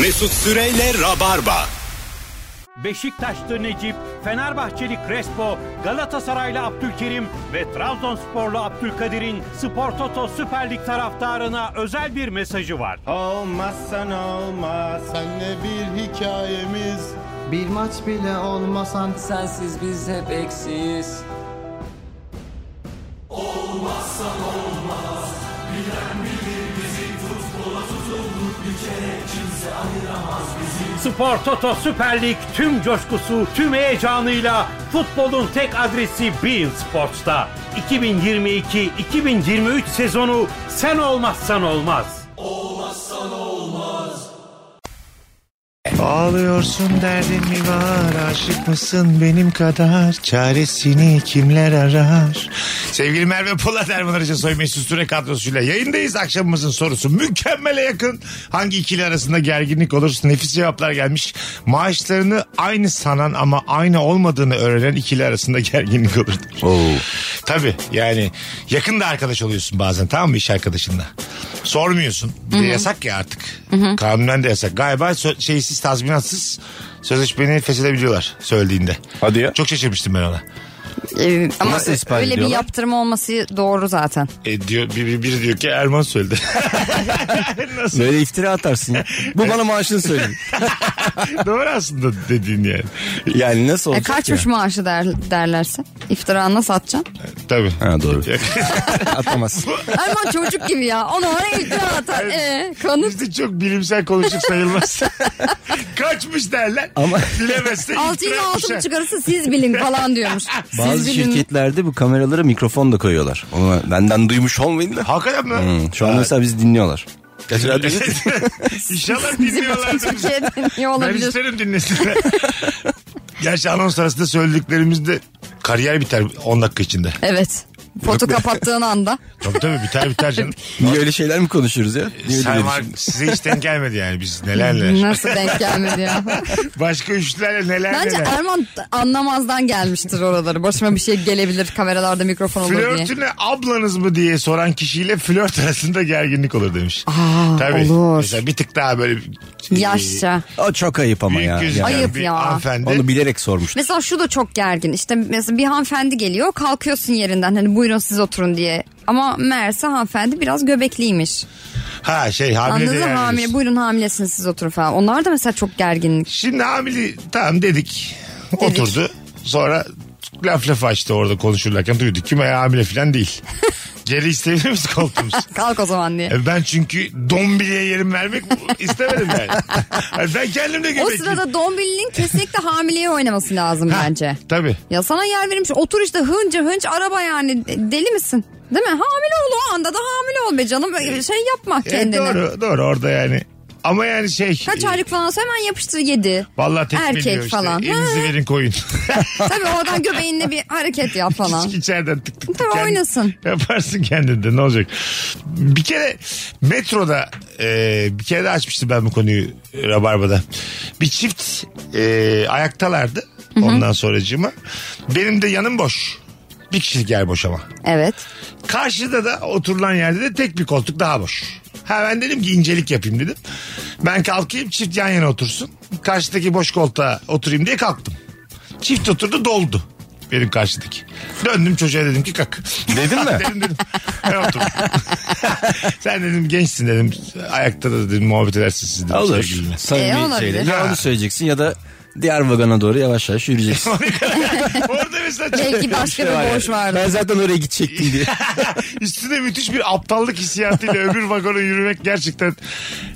S1: Mesut Süreyle Rabarba.
S7: Beşiktaşlı Necip, Fenerbahçeli Crespo, Galatasaraylı Abdülkerim ve Trabzonsporlu Abdülkadir'in Spor Toto Süper Lig taraftarına özel bir mesajı var.
S8: Olmazsan olmaz Senle bir hikayemiz
S9: Bir maç bile olmasan
S10: Sensiz biz hep eksiyiz.
S7: Spor Toto Süper Lig tüm coşkusu, tüm heyecanıyla futbolun tek adresi Bein Sports'ta. 2022-2023 sezonu sen olmazsan olmaz.
S2: Ağlıyorsun derdin mi var aşık mısın benim kadar çaresini kimler arar Sevgili Merve Polat Erman Arıca Soy Mesut Süre kadrosuyla yayındayız akşamımızın sorusu mükemmele yakın hangi ikili arasında gerginlik olur nefis cevaplar gelmiş maaşlarını aynı sanan ama aynı olmadığını öğrenen ikili arasında gerginlik olur Tabii yani yakın da arkadaş oluyorsun bazen tamam mı iş arkadaşınla. Sormuyorsun. Bir de yasak ya artık. Kanunen de yasak. Galiba sö- şeysiz tazminatsız sözleşmeni feshedebiliyorlar söylediğinde.
S4: Hadi ya.
S2: Çok şaşırmıştım ben ona.
S3: Ee, ama
S4: Nasıl ispat
S3: öyle bir
S4: ediyorlar?
S3: yaptırma olması doğru zaten.
S2: E diyor, bir- bir- biri diyor ki Erman söyledi. Nasıl?
S4: Böyle iftira atarsın ya. Bu bana maaşını söyle.
S2: Doğru aslında dediğin yani.
S4: Yani nasıl
S3: E,
S4: olacak
S3: kaçmış
S4: ya?
S3: maaşı der, derlerse? İftira nasıl atacaksın?
S2: Tabii.
S4: Ha doğru. Atamaz.
S3: Erman çocuk gibi ya. Ona oraya iftira atar. E, kanıt.
S2: Bizde çok bilimsel konuşup sayılmaz. Kaçmış derler. Ama
S4: Ama-
S2: bilemezse
S3: Altı ile
S2: iftira
S3: altı
S2: yapmışlar.
S3: buçuk arası siz bilin falan diyormuş. Siz
S4: Bazı
S3: bilin.
S4: şirketlerde bu kameralara mikrofon da koyuyorlar. Onu benden duymuş olmayın da.
S2: Hakikaten mi?
S4: Hmm, şu an mesela bizi dinliyorlar.
S2: İnşallah
S3: Bizim başımıza
S2: dinliyorlardır.
S3: şey deniyor
S2: Ben
S3: olabilir.
S2: isterim dinlesinler. Gerçi anons arasında söylediklerimizde kariyer biter 10 dakika içinde.
S3: Evet. Foto kapattığın anda.
S2: Tabii tabii biter biter canım.
S4: Niye öyle şeyler mi konuşuyoruz ya? Niye öyle
S2: Sen
S4: bir
S2: var,
S4: şey-
S2: size hiç denk gelmedi yani biz neler neler.
S3: Nasıl denk gelmedi ya?
S2: Başka üçlerle neler
S3: Bence
S2: neler.
S3: Erman anlamazdan gelmiştir oraları. Başıma bir şey gelebilir kameralarda mikrofon olur diye.
S2: Flörtüne ablanız mı diye soran kişiyle flört arasında gerginlik olur demiş.
S3: Aa,
S2: Tabii.
S3: olur.
S2: Mesela bir tık daha böyle bir-
S3: Yaşça.
S4: O çok ayıp ama
S2: büyük
S4: ya.
S2: gözüken
S4: Yani
S3: Ayıp
S2: bir
S3: ya.
S2: hanımefendi.
S4: Onu bilerek sormuş.
S3: Mesela şu da çok gergin. İşte mesela bir hanımefendi geliyor kalkıyorsun yerinden hani buyurun siz oturun diye. Ama meğerse hanımefendi biraz göbekliymiş.
S2: Ha şey hamile
S3: Anladın mı?
S2: değil yani.
S3: Hamile buyurun hamilesiniz siz oturun falan. Onlar da mesela çok gerginlik.
S2: Şimdi hamile tamam dedik. Oturdu. Sonra laf laf açtı orada konuşurlarken duyduk ki meğer hamile falan değil. Geri isteyebilir miyiz koltuğumuzu?
S3: Kalk o zaman diye.
S2: E ben çünkü dombiliye yerim vermek istemedim yani. Yani ben kendim de
S3: O
S2: göbekliyim.
S3: sırada Dombili'nin kesinlikle hamileye oynaması lazım
S2: Ha,
S3: bence.
S2: Tabii.
S3: Ya sana yer verilmiş otur işte hınca hınç araba yani De- deli misin? Değil mi? Hamile ol o anda da hamile ol be canım. Şey yapma
S2: E
S3: kendini.
S2: doğru doğru orada yani. Ama yani şey.
S3: Kaç aylık falan olsa hemen yapıştır yedi.
S2: Vallahi tekmeliyor
S3: Erkek
S2: işte.
S3: falan.
S2: Elinizi
S3: Ha.
S2: verin koyun.
S3: Tabii oradan göbeğinde bir hareket yap falan.
S2: İçeriden tık tık tık.
S3: Tabii
S2: kendi-
S3: oynasın.
S2: Yaparsın kendinde ne olacak? Bir kere metroda e, bir kere de açmıştım ben bu konuyu e, Rabarba'da. Bir çift e, ayaktalardı ondan sonracığıma. Benim de yanım boş. Bir kişilik yer boş ama.
S3: Evet.
S2: Karşıda da oturulan yerde de tek bir koltuk daha boş. Ha ben dedim ki incelik yapayım dedim. Ben kalkayım çift yan yana otursun. Karşıdaki boş koltuğa oturayım diye kalktım. Çift oturdu doldu. Benim karşıdaki. Döndüm çocuğa dedim ki kalk.
S4: Dedin mi?
S2: dedim dedim. Ben oturdum. Sen dedim gençsin dedim. Ayakta da dedim muhabbet edersiniz siz dedim.
S4: Olur.
S2: sevgilinle.
S3: E,
S4: Samimi
S3: olabilir.
S4: şeyle. Ya
S2: Ha.
S4: onu söyleyeceksin ya da diğer vagona doğru yavaş yavaş yürüyeceksin.
S2: Orada mesela çok-
S3: Belki başka
S4: Şey
S3: bir boş vardı.
S4: ben zaten oraya gidecektim diye.
S2: Üstüne müthiş bir aptallık hissiyatıyla öbür vagona yürümek gerçekten...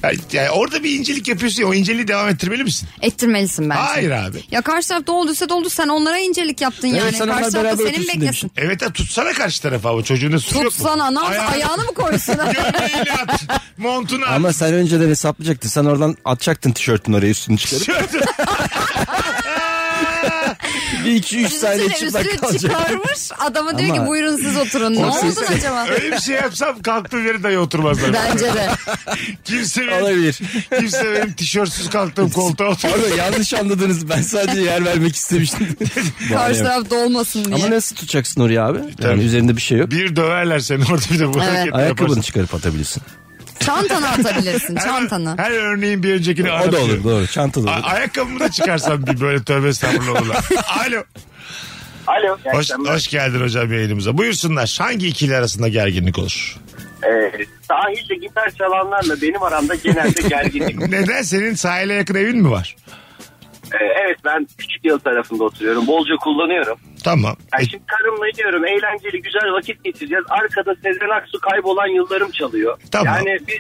S2: Yani- yani orada bir incelik yapıyorsun ya, o inceliği devam ettirmeli misin?
S3: Ettirmelisin bence.
S2: Hayır abi.
S3: Ya karşı taraf dolduysa doldu sen onlara incelik yaptın
S4: Evet,
S3: yani.
S4: sen onlar
S3: Karşı taraf da
S4: beraber
S3: senin
S4: otursun
S3: beklesin.
S2: Evet ya tutsana karşı tarafa ama çocuğun da suçu yok mu?
S3: Tutsana ne yapsın
S2: Ayağını-
S3: ayağını mı koysun?
S2: Gömleğini at. Montunu at.
S4: Ama sen önceden hesaplayacaktın. Sen oradan atacaktın tişörtün oraya üstünü çıkarıp.
S2: Tişörtü-
S4: Bir iki üç saniye
S3: Üstüne
S4: çıplak
S3: üstüne
S4: kalacak.
S3: çıkarmış adama diyor
S4: Ama-
S3: ki buyurun siz oturun. Ne
S4: Olsun.
S3: oldun acaba?
S2: Öyle bir şey yapsam kalktığım yere dahi oturmazlar.
S3: Bence de.
S2: Kimse benim,
S4: Olabilir.
S2: kimse benim tişörtsüz kalktığım koltuğa oturmaz.
S4: Pardon yanlış anladınız. Ben sadece yer vermek istemiştim.
S3: Karşı taraf dolmasın diye.
S4: Ama nasıl tutacaksın oraya abi?
S2: Tabii.
S4: Yani üzerinde bir şey yok.
S2: Bir döverler seni orada bir de bu
S3: Evet.
S2: hareketi
S4: Ayakkabını
S2: yaparsın.
S4: çıkarıp atabilirsin.
S3: Çantanı atabilirsin
S2: Her-
S3: çantanı.
S2: Her, örneğin bir öncekini
S4: O da
S2: aratıyor.
S4: olur doğru. Çanta da
S2: A-
S4: olur.
S2: ayakkabımı da çıkarsam bir böyle tövbe estağfurullah olurlar. Alo.
S5: Alo.
S2: Hoş, hoş geldin hocam yayınımıza. Buyursunlar. Hangi ikili arasında gerginlik olur?
S5: Ee, sahilde gitar çalanlarla benim aramda genelde gerginlik.
S2: Neden? Senin sahile yakın evin mi var?
S5: Ee, evet ben küçük yıl tarafında oturuyorum. Bolca kullanıyorum.
S2: Tamam.
S5: Yani
S2: E,
S5: şimdi karımla gidiyorum. Eğlenceli güzel vakit geçireceğiz. Arkada Sezen Aksu kaybolan yıllarım çalıyor.
S2: Tamam.
S5: Yani biz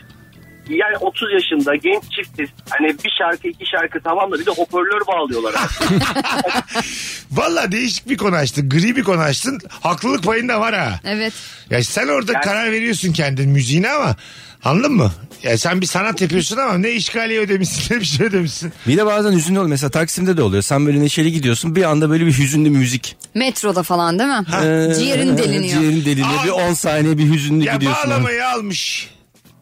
S5: yani 30 yaşında genç çiftiz. Hani bir şarkı iki şarkı tamam da bir de hoparlör bağlıyorlar.
S2: Valla değişik bir konu açtın. Gri bir konu açtın. Haklılık payın da var ha.
S3: Evet.
S2: Ya sen orada karar veriyorsun kendin müziğine ama anladın mı? Ya sen bir sanat yapıyorsun ama ne işgaliye ödemişsin ne bir şey ödemişsin.
S4: Bir de bazen hüzünlü oluyor. Mesela Taksim'de de oluyor. Sen böyle neşeli gidiyorsun. Bir anda böyle bir hüzünlü müzik.
S3: Metroda falan değil mi? Ah, Ciğerin deliniyor.
S4: Ee, Ciğerin deliniyor.
S2: Aa.
S4: Bir 10 saniye bir hüzünlü
S2: Ya
S4: gidiyorsun.
S2: bağlamayı almış.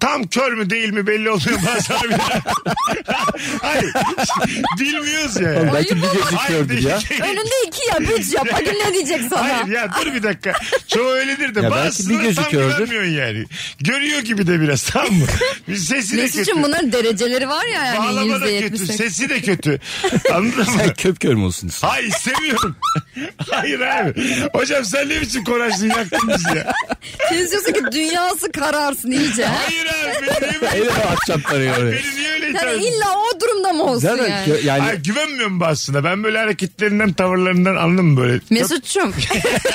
S2: Tam kör mü değil mi belli olmuyor bazen bir Hayır. Bilmiyoruz ya.
S4: Oğlum Belki bir gözü
S2: Hayır,
S4: kördür ya.
S2: değil.
S3: Önünde iki yap üç yap. Hadi ne diyecek sana?
S2: Hayır ya dur bir dakika. Çoğu öyledir de
S4: Ya belki bir
S2: bazısını
S4: gözü
S2: tam
S4: kördür.
S2: görmüyorsun yani. Görüyor gibi de biraz tamam mı? Bir Sesi de kötü.
S3: Mesut'cum bunların dereceleri var ya yani
S2: Bağlama da
S3: yüzde
S2: kötü.
S3: yetmiş.
S2: Sesi de kötü. Anladın mı?
S4: Sen köp kör mü olsun istiyorsun?
S2: Hayır seviyorum. Hayır abi. Hocam sen ne biçim konuştun yaktın bizi ya.
S3: Siz diyorsun ki dünyası kararsın iyice. ha?
S2: şey- Hayır abi beni niye böyle,
S4: Eyle atacağım parayı oraya.
S2: beni niye öyle
S3: Yani
S2: itham
S3: illa o durumda mı olsun
S4: Zaten
S3: yani?
S4: kö- yani
S2: Ay, güvenmiyorum bu aslında. Ben böyle hareketlerinden, tavırlarından anladım mı böyle?
S3: Mesut'cum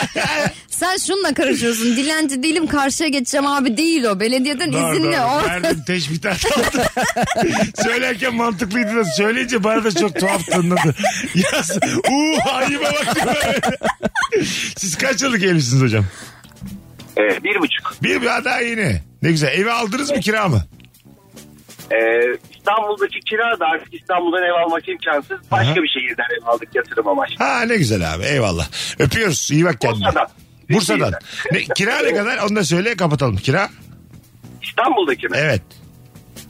S3: sen şununla karışıyorsun. Dilenci değilim karşıya geçeceğim abi değil o. Belediyeden
S2: Doğru,
S3: izinli
S2: doğru.
S3: o.
S2: Verdim teşbihat aldım. Söylerken mantıklıydı da söyleyince bana da çok tuhaf tınladı. Yaz. Uuu ayıma bak. Siz kaç yıllık evlisiniz hocam?
S5: ee, bir buçuk.
S2: Bir bir- daha yeni. Ne güzel. Evi aldınız mı kira mı?
S5: Ee, İstanbul'daki kira da artık İstanbul'dan ev almak imkansız. Başka
S2: Aha.
S5: bir şehirden ev aldık yatırım amaçlı.
S2: Ha ne güzel abi eyvallah. Öpüyoruz iyi bak kendine.
S5: Bursa'dan.
S2: Bursa'dan. Ne, kira ne kadar onu da söyle kapatalım. Kira
S5: İstanbul'daki mi?
S2: evet.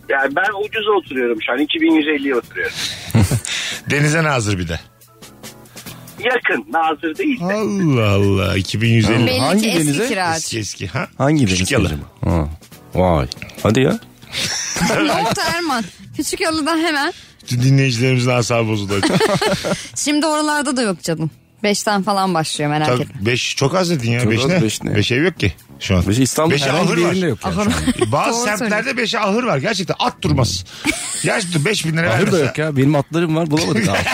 S5: Yani ben ucuza oturuyorum şu an. 2150'ye oturuyorum.
S2: Denize nazır bir de.
S5: Yakın. Nazır değil.
S2: E.
S5: de.
S2: Allah Allah 2150.
S3: Belli
S4: Hangi
S3: ki eski
S4: denize?
S3: kiracı.
S2: Eski eski ha.
S4: hangi
S2: Küçük
S4: deniz
S2: yalı.
S4: acaba? Ha. Vay. Hadi ya.
S3: ne oldu Erman? Küçük yalıdan hemen.
S2: Bütün Dinleyicilerimizin asabı bozuldu.
S3: Şimdi oralarda da yok canım. Beşten falan başlıyor merak
S2: Tabii
S3: etme.
S2: beş çok az dedin ya.
S4: Çok
S2: beş
S4: az,
S2: ne?
S4: beş ne?
S2: Beş ev yok ki şu an.
S4: Beşi İstanbul
S2: Beşi ahır
S4: herhangi bir
S2: var.
S4: yerinde yok. Yani.
S3: Ahır-
S2: Bazı
S3: Doğru söylüyorsun.
S2: semtlerde beşe ahır var. Gerçekten at durmaz. Gerçekten beş bin lira
S4: Ahır da
S2: vermese.
S4: yok ya. Benim atlarım var bulamadık. Aa,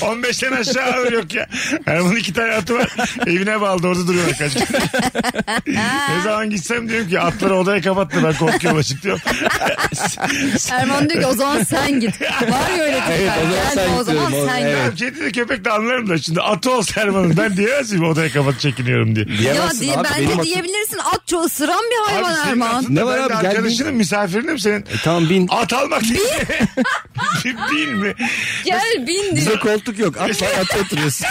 S2: 15'ten aşağı ağır yok ya. Erman'ın iki tane atı var. Evine bağlı orada duruyor kaç gün. ne zaman gitsem diyorum ki atları odaya kapattı ben korkuyorum açık diyorum.
S3: Erman diyor ki o zaman sen git. Var ya öyle tipler.
S2: Evet,
S3: Gelme, o
S2: o zaman sen
S3: zaman
S2: gidiyorum,
S3: sen
S2: Evet.
S3: git.
S2: Kedi de köpek de anlarım da şimdi atı olsa Erman'ın ben diyemez miyim odaya kapat çekiniyorum diye.
S3: Ya diye, bence diyebilirsin at çoğu ısıran bir hayvan
S2: senin
S3: Erman.
S2: atın da ben de arkadaşının misafirinim senin.
S4: E, tamam bin.
S2: At almak bin. bin mi?
S3: Gel bin diyor.
S4: koltuk yok. At var at oturuyorsun.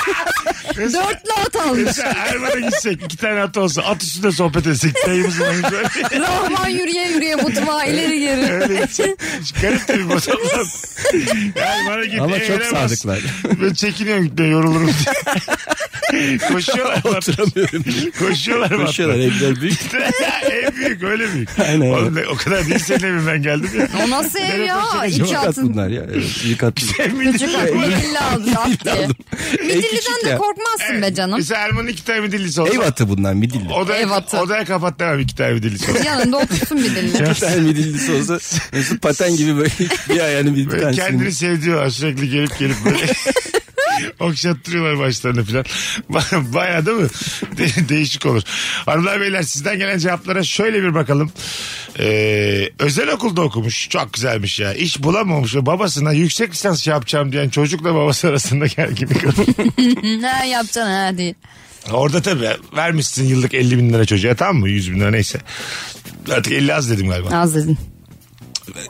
S3: Dörtlü at almış.
S2: Mesela Erman'a gitsek iki tane at olsa at üstünde sohbet etsek. Dayımızın oyuncu öyle.
S3: Rahman yürüye yürüye mutfağa ileri geri.
S2: Öyle gitsek. Garip tabii bu adamlar. Erman'a git.
S4: Ama çok
S2: eğlenemez.
S4: sadıklar.
S2: Ben çekiniyorum gitmeye yorulurum diye. Koşuyorlar.
S4: Oturamıyorum.
S2: Koşuyorlar. mı
S4: Koşuyorlar
S2: atlar?
S4: evler büyük.
S2: en büyük öyle büyük.
S4: Aynen, aynen.
S2: Oğlum, ne- o kadar değil senin evinden geldim ya.
S3: O nasıl ev
S2: Nereye
S3: ya?
S2: koşacak?
S3: İki
S4: Çok at
S3: atın.
S4: bunlar ya. Evet, büyük at.
S3: Küçük at. Midilli almış at diye. Midilli'den
S4: küçük
S3: de
S4: ya.
S3: korkmazsın be canım.
S2: Mesela Erman'ın iki tane midillisi olsa.
S4: Ev atı bunlar midilli.
S2: Odaya,
S3: Ev atı.
S2: odaya kapat demem iki tane midillisi olsa.
S3: Yanında otursun midilli.
S4: Bir tane midillisi olsa Mesut paten gibi böyle bir ayağını bir
S2: Böyle kendini
S4: tanesini.
S2: sevdiyorlar sürekli gelip gelip böyle. Okşattırıyorlar başlarını filan. Ba- Bayağı değil mi? De- değişik olur. Hanımlar beyler sizden gelen cevaplara şöyle bir bakalım. Ee, özel okulda okumuş. Çok güzelmiş ya. İş bulamamış. ve Babasına yüksek lisans yapacağım diyen çocukla babası arasında gerginlik olur.
S3: ne yapacaksın ha diye.
S2: Orada tabii vermişsin yıllık 50 bin lira çocuğa tamam mı? 100 bin lira neyse. Artık 50 az dedim galiba.
S3: Az dedin.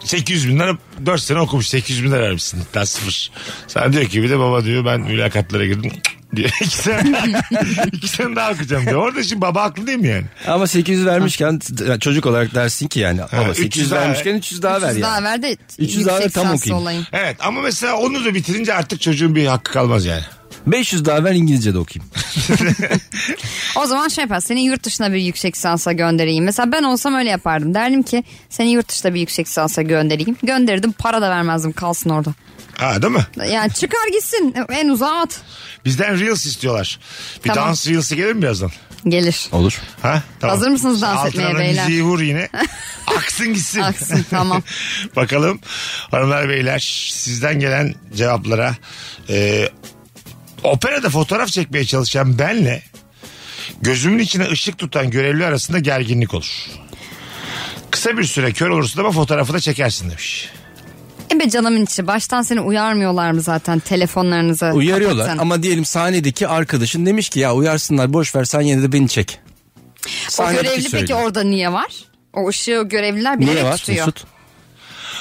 S2: 800 bin lira 4 sene okumuş 800 bin lira vermişsin daha sıfır. Sana diyor ki bir de baba diyor ben mülakatlara girdim diyor. iki sene, iki sene daha okuyacağım diyor. Orada şimdi baba haklı değil mi yani?
S4: Ama 800 vermişken yani çocuk olarak dersin ki yani baba
S2: 300
S4: 800
S2: daha-
S4: vermişken 300 daha ver
S3: 300
S4: ya.
S3: daha ver de
S4: 300 daha ver,
S3: yüksek
S4: tam
S3: lisanslı
S4: okuyayım.
S3: olayım.
S2: Evet ama mesela onu da bitirince artık çocuğun bir hakkı kalmaz yani.
S4: 500 daha ver İngilizce de okuyayım.
S3: O zaman şey yapar seni yurt dışına bir yüksek lisansa göndereyim. Mesela ben olsam öyle yapardım. Derdim ki seni yurt dışına bir yüksek lisansa göndereyim. Gönderirdim para da vermezdim kalsın orada.
S2: Ha değil mi?
S3: Yani çıkar gitsin en uzağa at.
S2: Bizden Reels istiyorlar. Bir
S3: Tamam.
S2: dans Reels'i gelir mi birazdan?
S3: Gelir.
S4: Olur.
S2: Ha? Tamam.
S3: Hazır mısınız dans
S2: Altına
S3: etmeye
S2: da
S3: beyler?
S2: müziği vur yine. Aksın gitsin.
S3: Aksın, tamam.
S2: Bakalım hanımlar beyler sizden gelen cevaplara. Ee, operada fotoğraf çekmeye çalışan benle gözümün içine ışık tutan görevli arasında gerginlik olur. Kısa bir süre kör olursun ama fotoğrafı da çekersin demiş.
S3: Ebe E canımın içi baştan seni uyarmıyorlar mı zaten telefonlarınıza?
S4: Uyarıyorlar
S3: Kapatın.
S4: ama diyelim sahnedeki arkadaşın demiş ki ya uyarsınlar boş ver sen yine de beni çek.
S3: o
S4: Sahnedeki
S3: görevli peki
S4: söylüyor.
S3: orada niye var? O ışığı görevliler bilerek
S4: Niye var
S3: tutuyor.
S4: Mesut?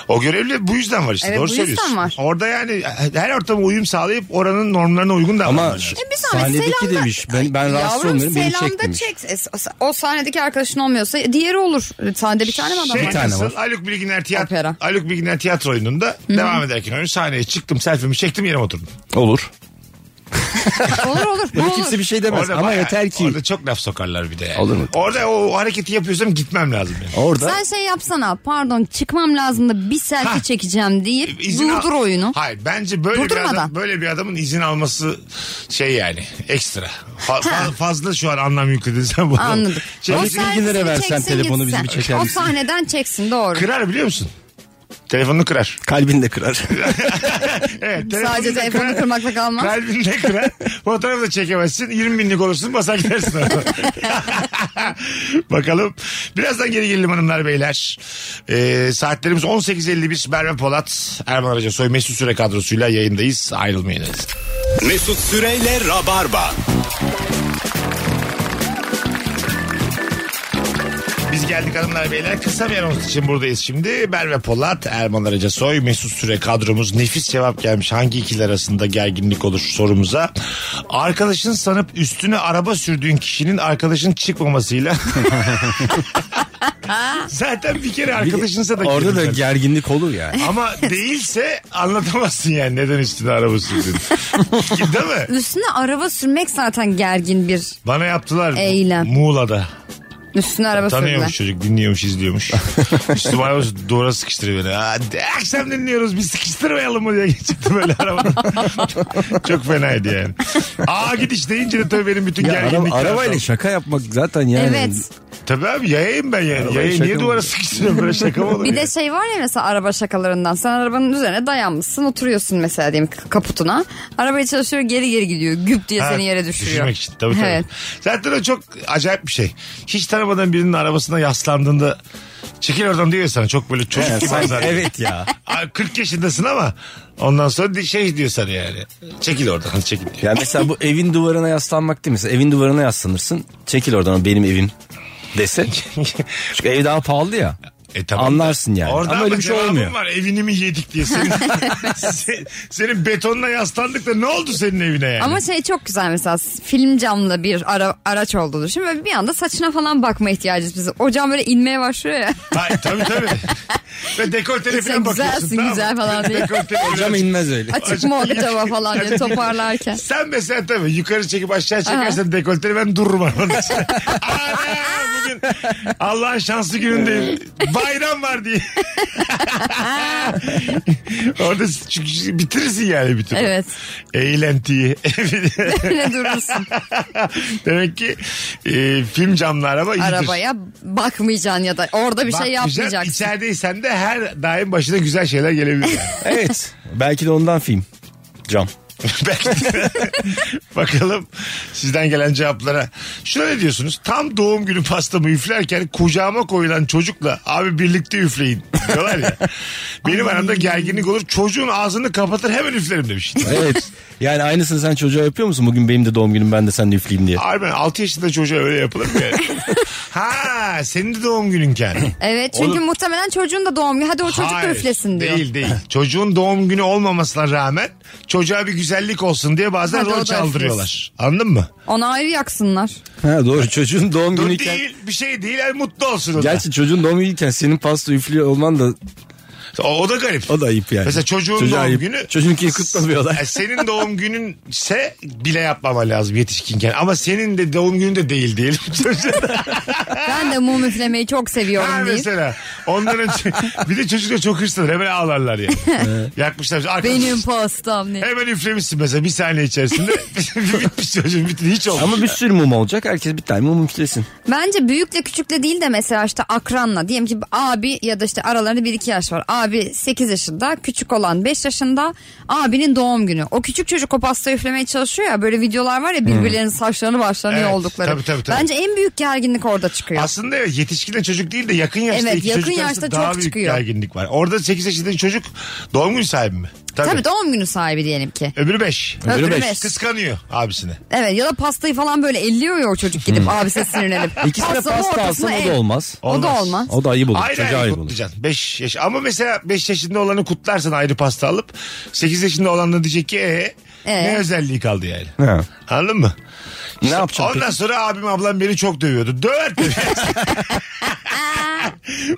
S2: O görevli bu yüzden var işte
S3: Evet,
S2: doğru
S3: bu yüzden
S2: söylüyorsun.
S3: var.
S2: Orada yani her ortama uyum sağlayıp oranın normlarına uygun davranman
S4: Ama
S2: lazım.
S3: E bir saniye,
S4: sahnedeki
S3: selamda-
S4: demiş ben, ben rahatsız
S3: Yavrum
S4: olmuyorum beni
S3: selamda
S4: çek demiş.
S3: çek. E, s- O sahnedeki arkadaşın olmuyorsa e, diğeri olur. E, Sahnede bir tane mi adam
S2: Şey
S3: var?
S4: tane
S2: nasıl?
S4: var.
S2: Haluk Bilginer tiyatro,
S3: Opera.
S2: Haluk Bilginer tiyatro oyununda devam ederken oyun sahneye çıktım selfie'mi çektim yerime oturdum.
S4: Olur.
S3: olur olur. Bu
S4: Bunu
S3: olur.
S4: kimse bir şey demez ama
S2: bayağı-
S4: yeter ki.
S2: Orada çok laf sokarlar bir de. yani.
S4: Olur mu?
S2: Orada o hareketi yapıyorsam gitmem lazım yani.
S4: Orada
S3: Sen şey yapsana pardon çıkmam lazım da bir selfie
S2: Ha.
S3: çekeceğim deyip
S2: İzin al-
S3: durdur oyunu.
S2: Hayır bence böyle bir,
S3: Durdurmadan.
S2: adam, böyle bir adamın izin alması şey yani ekstra. Fa- fa- fazla şu an anlam yükledin sen bunu.
S3: Anladım.
S2: Şey,
S3: O
S2: bizi
S3: selfie'sini
S4: bilgilere versen
S3: çeksin
S4: telefonu bizi
S3: gitsin.
S4: bir çeker misin?
S3: O sahneden çeksin doğru.
S2: kırar biliyor musun? Telefonunu kırar.
S4: kalbin de kırar.
S2: Evet,
S3: Sadece
S2: da
S3: telefonu
S2: kırar.
S3: kırmakla kalmaz.
S2: Kalbini de kırar. Fotoğrafı da çekemezsin. 20 binlik olursun basar gidersin. Bakalım. Birazdan geri gelelim hanımlar beyler. Ee, saatlerimiz 18.51. Merve Polat, Erman Araca Soy Mesut Süre kadrosuyla yayındayız. Ayrılmayınız.
S1: Mesut Süreyle Rabarba.
S2: Biz geldik hanımlar beyler. Kısa bir anons için buradayız şimdi. Merve Polat, Erman Araca Soy, Mesut Süre kadromuz. Nefis cevap gelmiş. Hangi ikili arasında gerginlik olur sorumuza. Arkadaşın sanıp üstüne araba sürdüğün kişinin arkadaşın çıkmamasıyla. Zaten bir kere arkadaşınsa da
S4: Orada da
S2: gerginlik.
S4: gerginlik olur ya.
S2: Ama değilse anlatamazsın yani neden üstüne araba sürdün. Değil mi?
S3: Üstüne araba sürmek zaten gergin bir
S2: Bana yaptılar
S3: Eylem.
S2: Muğla'da.
S3: Üstüne araba sürdüler.
S2: Tanıyormuş çocuk dinliyormuş izliyormuş. Üstüme araba sürdü, duvara sıkıştırıyor beni. Hadi akşam dinliyoruz biz sıkıştırmayalım mı diye geçirdi böyle arabadan. Çok fenaydı yani. Aa gidiş deyince de tabii benim bütün
S4: Ya
S2: gerginlik.
S4: araba, arabayla
S2: yaratalım.
S4: şaka yapmak zaten yani.
S3: Evet.
S2: Tabii abi yayayım ben yani.
S4: Arabayla
S2: Yayayım
S4: şaka
S2: niye
S4: mı?
S2: duvara sıkıştırıyorum böyle şaka mı olur?
S3: Bir
S2: ya?
S3: de şey var ya mesela araba şakalarından. Sen arabanın üzerine dayanmışsın oturuyorsun mesela diyelim k- kaputuna. Arabayı çalışıyor geri geri gidiyor. Güp diye
S2: Ha,
S3: seni yere düşürüyor.
S2: Düşürmek için tabii tabii.
S3: Evet.
S2: Zaten o çok acayip bir şey. Hiç tanımadan birinin arabasına yaslandığında çekil oradan diyor ya sana çok böyle çocuk
S4: Evet,
S2: gibi
S4: sanki-
S2: azar.
S4: evet ya.
S2: Abi 40 yaşındasın ama ondan sonra di- şey diyor sana yani. Çekil oradan hadi çekil diyor.
S4: Ya mesela bu evin duvarına yaslanmak değil mi? Mesela evin duvarına yaslanırsın. Çekil oradan o benim evim dese. Çünkü ev daha pahalı ya.
S2: E tamam da-
S4: Anlarsın yani.
S2: Oradan
S4: Ama
S2: da
S4: öyle bir şey
S2: cevabın
S4: olmuyor.
S2: var evini mi yedik diye. Senin, se- senin betonla yaslandık da ne oldu senin evine yani?
S3: Ama şey çok güzel mesela film camlı bir ara, araç olduğu düşün. Böyle bir anda saçına falan bakma ihtiyacımız bizim. O cam böyle inmeye başlıyor ya.
S2: Hayır, tabii tabii. Ve dekoltene
S3: Sen
S2: falan bakıyorsun.
S3: güzelsin
S2: tamam mı?
S3: güzel falan diye.
S2: Dekoltene biraz-
S4: Hocam inmez öyle.
S3: Açık mı oldu acaba falan diye toparlarken.
S2: Sen mesela tabii yukarı çekip aşağı çekersen dekolteni ben dururum arabanın içinde. Ana bugün Allah'ın şanslı günündeyim. Bayram var diye. Orada çünkü bitirirsin yani bütün.
S3: Evet.
S2: Eğlentiyi.
S3: ne durursun.
S2: Demek ki e, film camlı araba iyidir.
S3: Arabaya bakmayacaksın ya da orada bir şey
S2: Bakmayacaksın.
S3: yapmayacaksın.
S2: İçerideysen de her daim başına güzel şeyler gelebilir.
S4: Evet. Belki de ondan film. Cam.
S2: Belki de. Bakalım sizden gelen cevaplara. Şuna ne diyorsunuz? Tam doğum günü pastamı üflerken kucağıma koyulan çocukla abi birlikte üfleyin diyorlar ya. Benim aramda gerginlik olur. Çocuğun ağzını kapatır hemen üflerim demiş.
S4: Evet. Yani aynısını sen çocuğa yapıyor musun? Bugün benim de doğum günüm ben de sen de üfleyeyim diye.
S2: Harbiden 6 yaşında çocuğa öyle yapılır mı yani? ha senin de doğum gününken.
S3: Evet çünkü muhtemelen çocuğun da doğum günü. Hadi o çocuk da
S2: Hayır,
S3: üflesin diyor.
S2: Değil değil. Çocuğun doğum günü olmamasına rağmen çocuğa bir güzellik olsun diye bazen
S3: Hadi o
S2: rol
S3: da
S2: çaldırıyorlar. Anladın mı?
S3: Onu ayrı yaksınlar.
S4: Ha, doğru çocuğun doğum
S2: Dur
S4: günüyken.
S2: değil bir şey değil yani mutlu olsun o da.
S4: Gerçi çocuğun doğum günüyken senin pasta üflüyor olman da
S2: O, o da garip.
S4: o da ayıp yani.
S2: Mesela çocuğun
S4: Çocuğa
S2: doğum
S4: ayıp.
S2: günü-
S4: Çocuğunkini kutlamıyorlar.
S2: Yani senin doğum gününse bile yapmama lazım yetişkinken. Ama senin de doğum günün de değil diyelim.
S3: Ben de mum üflemeyi çok
S2: ha
S3: seviyorum değil.
S2: mesela. Ondan önce bir de çocuk da çok hırslıdır. Hemen ağlarlar yani. Yakmışlar. Arkadaş,
S3: Benim pastam ne?
S2: Hemen üflemişsin mesela bir saniye içerisinde. Bitmiş çocuğun bitti hiç olmuş.
S4: Ama bir sürü mum olacak. Herkes bir tane mum üflesin.
S3: Bence büyükle küçükle değil de mesela işte akranla diyelim ki abi ya da işte aralarında 1-2 yaş var. Abi 8 yaşında küçük olan 5 yaşında abinin doğum günü. O küçük çocuk o pasta üflemeye çalışıyor ya böyle videolar var ya birbirlerinin saçlarını başlarını
S2: Hmm. Evet,
S3: yoldukları.
S2: tabii, tabii, tabii.
S3: Bence en büyük gerginlik orada çıkıyor.
S2: Aslında evet, yetişkinle çocuk değil de yakın yaşta
S3: Evet,
S2: iki
S3: yakın
S2: çocuk
S3: yaşta
S2: arasında
S3: çok
S2: daha büyük
S3: çıkıyor.
S2: gerginlik var. Orada 8 yaşındaki çocuk doğum günü sahibi mi? Tabii.
S3: tabii. doğum günü sahibi diyelim ki.
S2: Öbürü 5.
S3: Öbürü Öbürü beş. beş.
S2: Kıskanıyor abisine.
S3: Evet ya da pastayı falan böyle elliyor ya o çocuk
S2: Hmm.
S3: gidip abisine sinirlenip.
S4: İkisine
S3: Pastanın
S4: pasta
S3: ortasına
S4: alsan o
S3: el.
S4: da olmaz.
S3: O da olmaz.
S4: O da ayıp olur.
S2: Ayrı
S4: Çocuğa
S2: ayrı
S4: ayıp olur.
S2: kutlayacaksın. 5 yaş. Ama mesela 5 yaşında olanı kutlarsan ayrı pasta alıp 8 yaşında olan da diyecek ki ee,
S3: Ee?
S2: ne özelliği kaldı yani.
S4: Ha.
S2: Anladın mı?
S4: Ne yapacağım
S2: Ondan sonra abim ablam beni çok dövüyordu. Döver tabii.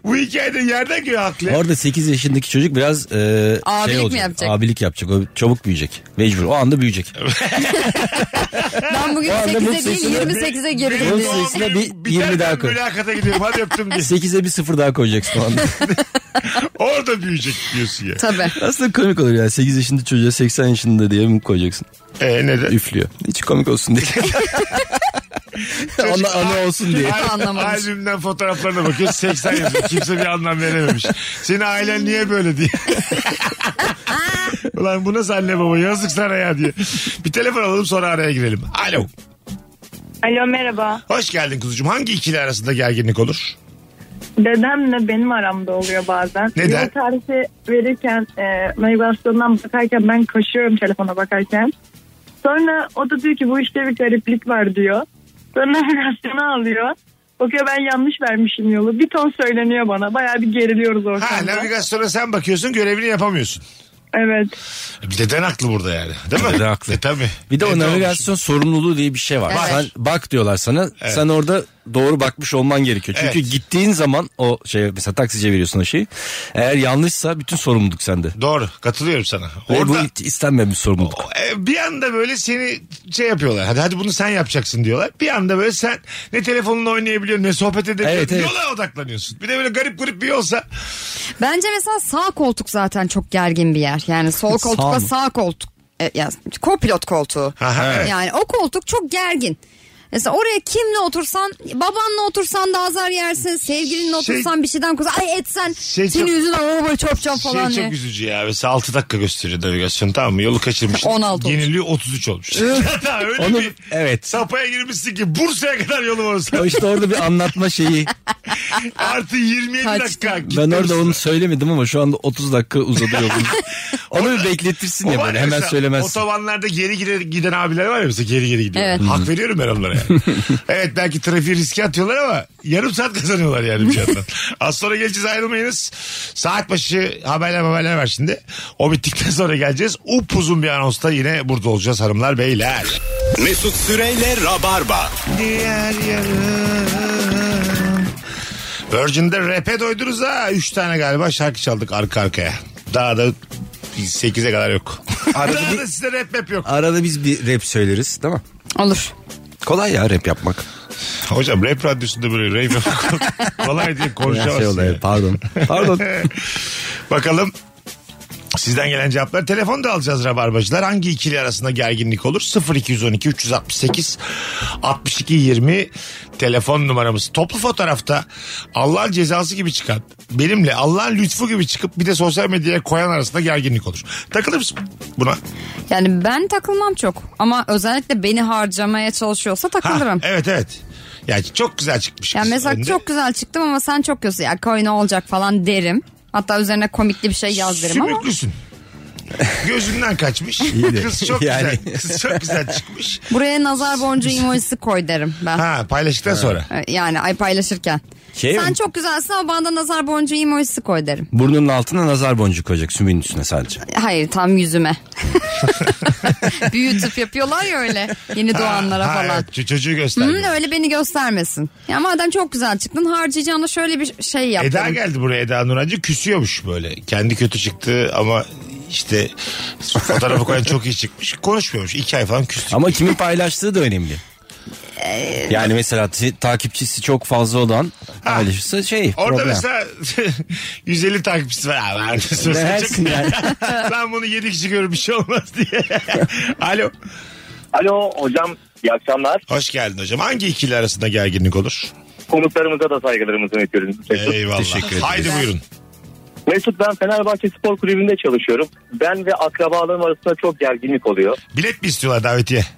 S2: Bu hikayede yerden göğe haklı.
S4: peki? Orada 8 yaşındaki çocuk biraz e,
S3: Abilik
S4: şey
S3: mi
S4: olacak.
S3: yapacak?
S4: Abilik yapacak. O çabuk büyüyecek. Mecbur. O anda büyüyecek.
S3: Ben bugün
S4: O anda
S3: 8'e
S4: mutlu
S3: değil
S4: yaşında
S3: 28'e girdim diyor.
S4: Benim doğum- Dolayısıyla bir
S2: Biter
S4: 20 daha
S2: ben
S4: koy.
S2: Mülakata gidiyorum hadi öptüm diye.
S4: 8'e bir sıfır daha koyacaksın o anda.
S2: Orada büyüyecek diyorsun ya.
S3: Tabii.
S4: Aslında komik olur yani. 8 yaşında çocuğa 80 yaşında diye mum koyacaksın.
S2: Ee, neden?
S4: Üflüyor. Hiç komik olsun diye.
S2: Çocuk-
S4: Ana, ana olsun diye.
S2: Al-
S3: Anlamamış.
S2: Albümden fotoğraflarına bakıyoruz 80 yazıyor. Kimse bir anlam verememiş. Senin ailen niye böyle diye. Ulan bu nasıl anne baba yazık sana ya diye. Bir telefon alalım sonra araya girelim. Alo.
S11: Alo merhaba.
S2: Hoş geldin kuzucuğum. Hangi ikili arasında gerginlik olur?
S11: Dedemle benim aramda oluyor bazen.
S2: Neden?
S11: Yol tarifi verirken e, navigasyondan bakarken ben koşuyorum telefona bakarken. Sonra o da diyor ki bu işte bir gariplik var diyor. Sonra navigasyonu alıyor. Bakıyor ben yanlış vermişim yolu. Bir ton söyleniyor bana. Bayağı bir geriliyoruz
S2: Ha
S11: ortamda.
S2: navigasyona sen bakıyorsun görevini yapamıyorsun. E,
S11: evet.
S2: Deden haklı burada yani. Değil mi?
S4: Deden haklı.
S2: E, tabii.
S4: Bir de o
S2: Dede
S4: navigasyon sorumluluğu diye bir şey var.
S3: Evet.
S4: Sen bak diyorlar sana. Sen orada doğru bakmış olman gerekiyor. Çünkü gittiğin zaman o şey mesela taksiciye veriyorsun o şeyi. Eğer yanlışsa bütün sorumluluk sende.
S2: Doğru katılıyorum sana.
S4: Ve bu hiç istenmeyen bir sorumluluk.
S2: E, bir anda böyle seni şey yapıyorlar. Hadi hadi bunu sen yapacaksın diyorlar. Bir anda böyle sen ne telefonla oynayabiliyorsun ne sohbet edebiliyorsun.
S4: Evet, evet.
S2: Yola odaklanıyorsun. Bir de böyle garip garip bir yolsa.
S3: Bence mesela sağ koltuk zaten çok gergin bir yer. Yani sol
S2: Sağ
S3: koltukla
S2: mı?
S3: sağ koltuk. E, ya, kopilot koltuğu.
S2: Aha, evet.
S3: Yani o koltuk çok gergin. Mesela oraya kimle otursan, babanla otursan da azar yersin, sevgilinle otursan bir şeyden kursan, ay etsen
S2: Şey
S3: senin
S2: çok-
S3: yüzünden oh, araba çarpacağım falan
S2: şey
S3: diye.
S2: çok üzücü ya. Mesela 6 dakika gösteriyor navigasyon tamam mı? Yolu kaçırmış.
S3: 16 olmuş.
S2: Yeniliyor 33 olmuş. tamam, öyle
S4: Onun-
S2: bir
S4: evet.
S2: sapaya girmişsin ki Bursa'ya kadar yolum
S4: O
S2: orası.
S4: işte orada bir anlatma şeyi.
S2: Artı 27 dakika.
S4: Ben orada onu söylemedim ama şu anda 30 dakika uzadı yolumuz. onu bir bekletirsin
S2: O
S4: ya
S2: var
S4: böyle
S2: ya
S4: hemen
S2: mesela
S4: söylemezsin.
S2: Otobanlarda geri gide- giden abiler var ya mesela geri geri gidiyor.
S3: Evet.
S2: Hak veriyorum ben onlara yani. evet belki trafiği riske atıyorlar ama yarım saat kazanıyorlar yani bir yandan. Az sonra geleceğiz ayrılmayınız. Saat başı haberler haberler var şimdi. O bittikten sonra geleceğiz. Upuzun bir anonsta yine burada olacağız hanımlar beyler.
S1: Mesut Süreyle Rabarba.
S2: Diğer yarım. Virgin'de rap'e doydunuz ha. Üç tane galiba şarkı çaldık arka arkaya. Daha da 8'e kadar yok. Daha da size rap map yok.
S4: Arada biz bir rap söyleriz değil mi?
S3: Olur.
S4: Kolay ya rap yapmak.
S2: Hocam rap radyosunda böyle rap yapmak kolay diye konuşamazsın.
S4: Ya şey oluyor,
S2: yani.
S4: Pardon. Pardon.
S2: Bakalım sizden gelen cevaplar. Telefon da alacağız rabarbacılar. Hangi ikili arasında gerginlik olur? 0212 368 62 20 telefon numaramız. Toplu fotoğrafta Allah'ın cezası gibi çıkan benimle Allah'ın lütfu gibi çıkıp bir de sosyal medyaya koyan arasında gerginlik olur. Takılır mısın buna?
S3: Yani ben takılmam çok ama özellikle beni harcamaya çalışıyorsa takılırım.
S2: Evet evet. Yani çok güzel çıkmış.
S3: Ya
S2: kız
S3: mesela
S2: önde.
S3: çok güzel çıktım ama sen çok kötü. Ya koy ne olacak falan derim. Hatta üzerine komikli bir şey yaz derim ama.
S2: Sümüklüsün. Gözünden kaçmış.
S4: İyiydi.
S2: Kız çok
S4: Yani.
S2: güzel. Kız çok güzel çıkmış.
S3: Buraya nazar boncuğu emojisi koy derim ben.
S2: Ha paylaştıktan sonra.
S3: Yani ay paylaşırken.
S4: Şey
S3: sen
S4: mi?
S3: çok güzelsin ama bana da nazar boncuğu emojisi koy derim.
S4: Burnunun altına nazar boncuğu koyacak sümüğün üstüne sadece.
S3: Hayır tam yüzüme. Büyütüp yapıyorlar ya öyle yeni doğanlara
S2: Ha,
S3: falan.
S2: evet, ço- çocuğu göster.
S3: Hı, öyle beni göstermesin. Ya madem çok güzel çıktın harcayacağına şöyle bir şey yap.
S2: Eda
S3: derim.
S2: geldi buraya Eda Nurancı küsüyormuş böyle. Kendi kötü çıktı ama işte fotoğrafı koyan çok iyi çıkmış. Konuşmuyormuş. İki ay falan küstü.
S4: Ama kimin paylaştığı da önemli.
S3: Ee,
S4: Yani mesela t- takipçisi çok fazla olan paylaşırsa şey
S2: Orada
S4: problem.
S2: mesela 150 takipçisi var. Abi, arkadaşlar
S4: Versin yani.
S2: ben bunu 7 kişi görür bir şey olmaz diye. Alo.
S12: Alo hocam iyi akşamlar.
S2: Hoş geldin hocam. Hangi ikili arasında gerginlik olur?
S12: Konuklarımıza da saygılarımızı iletiyoruz. Mesut.
S2: Eyvallah. Haydi buyurun.
S12: Mesut ben Fenerbahçe Spor Kulübü'nde çalışıyorum. Ben ve akrabalarım arasında çok gerginlik oluyor.
S2: Bilet mi istiyorlar davetiye?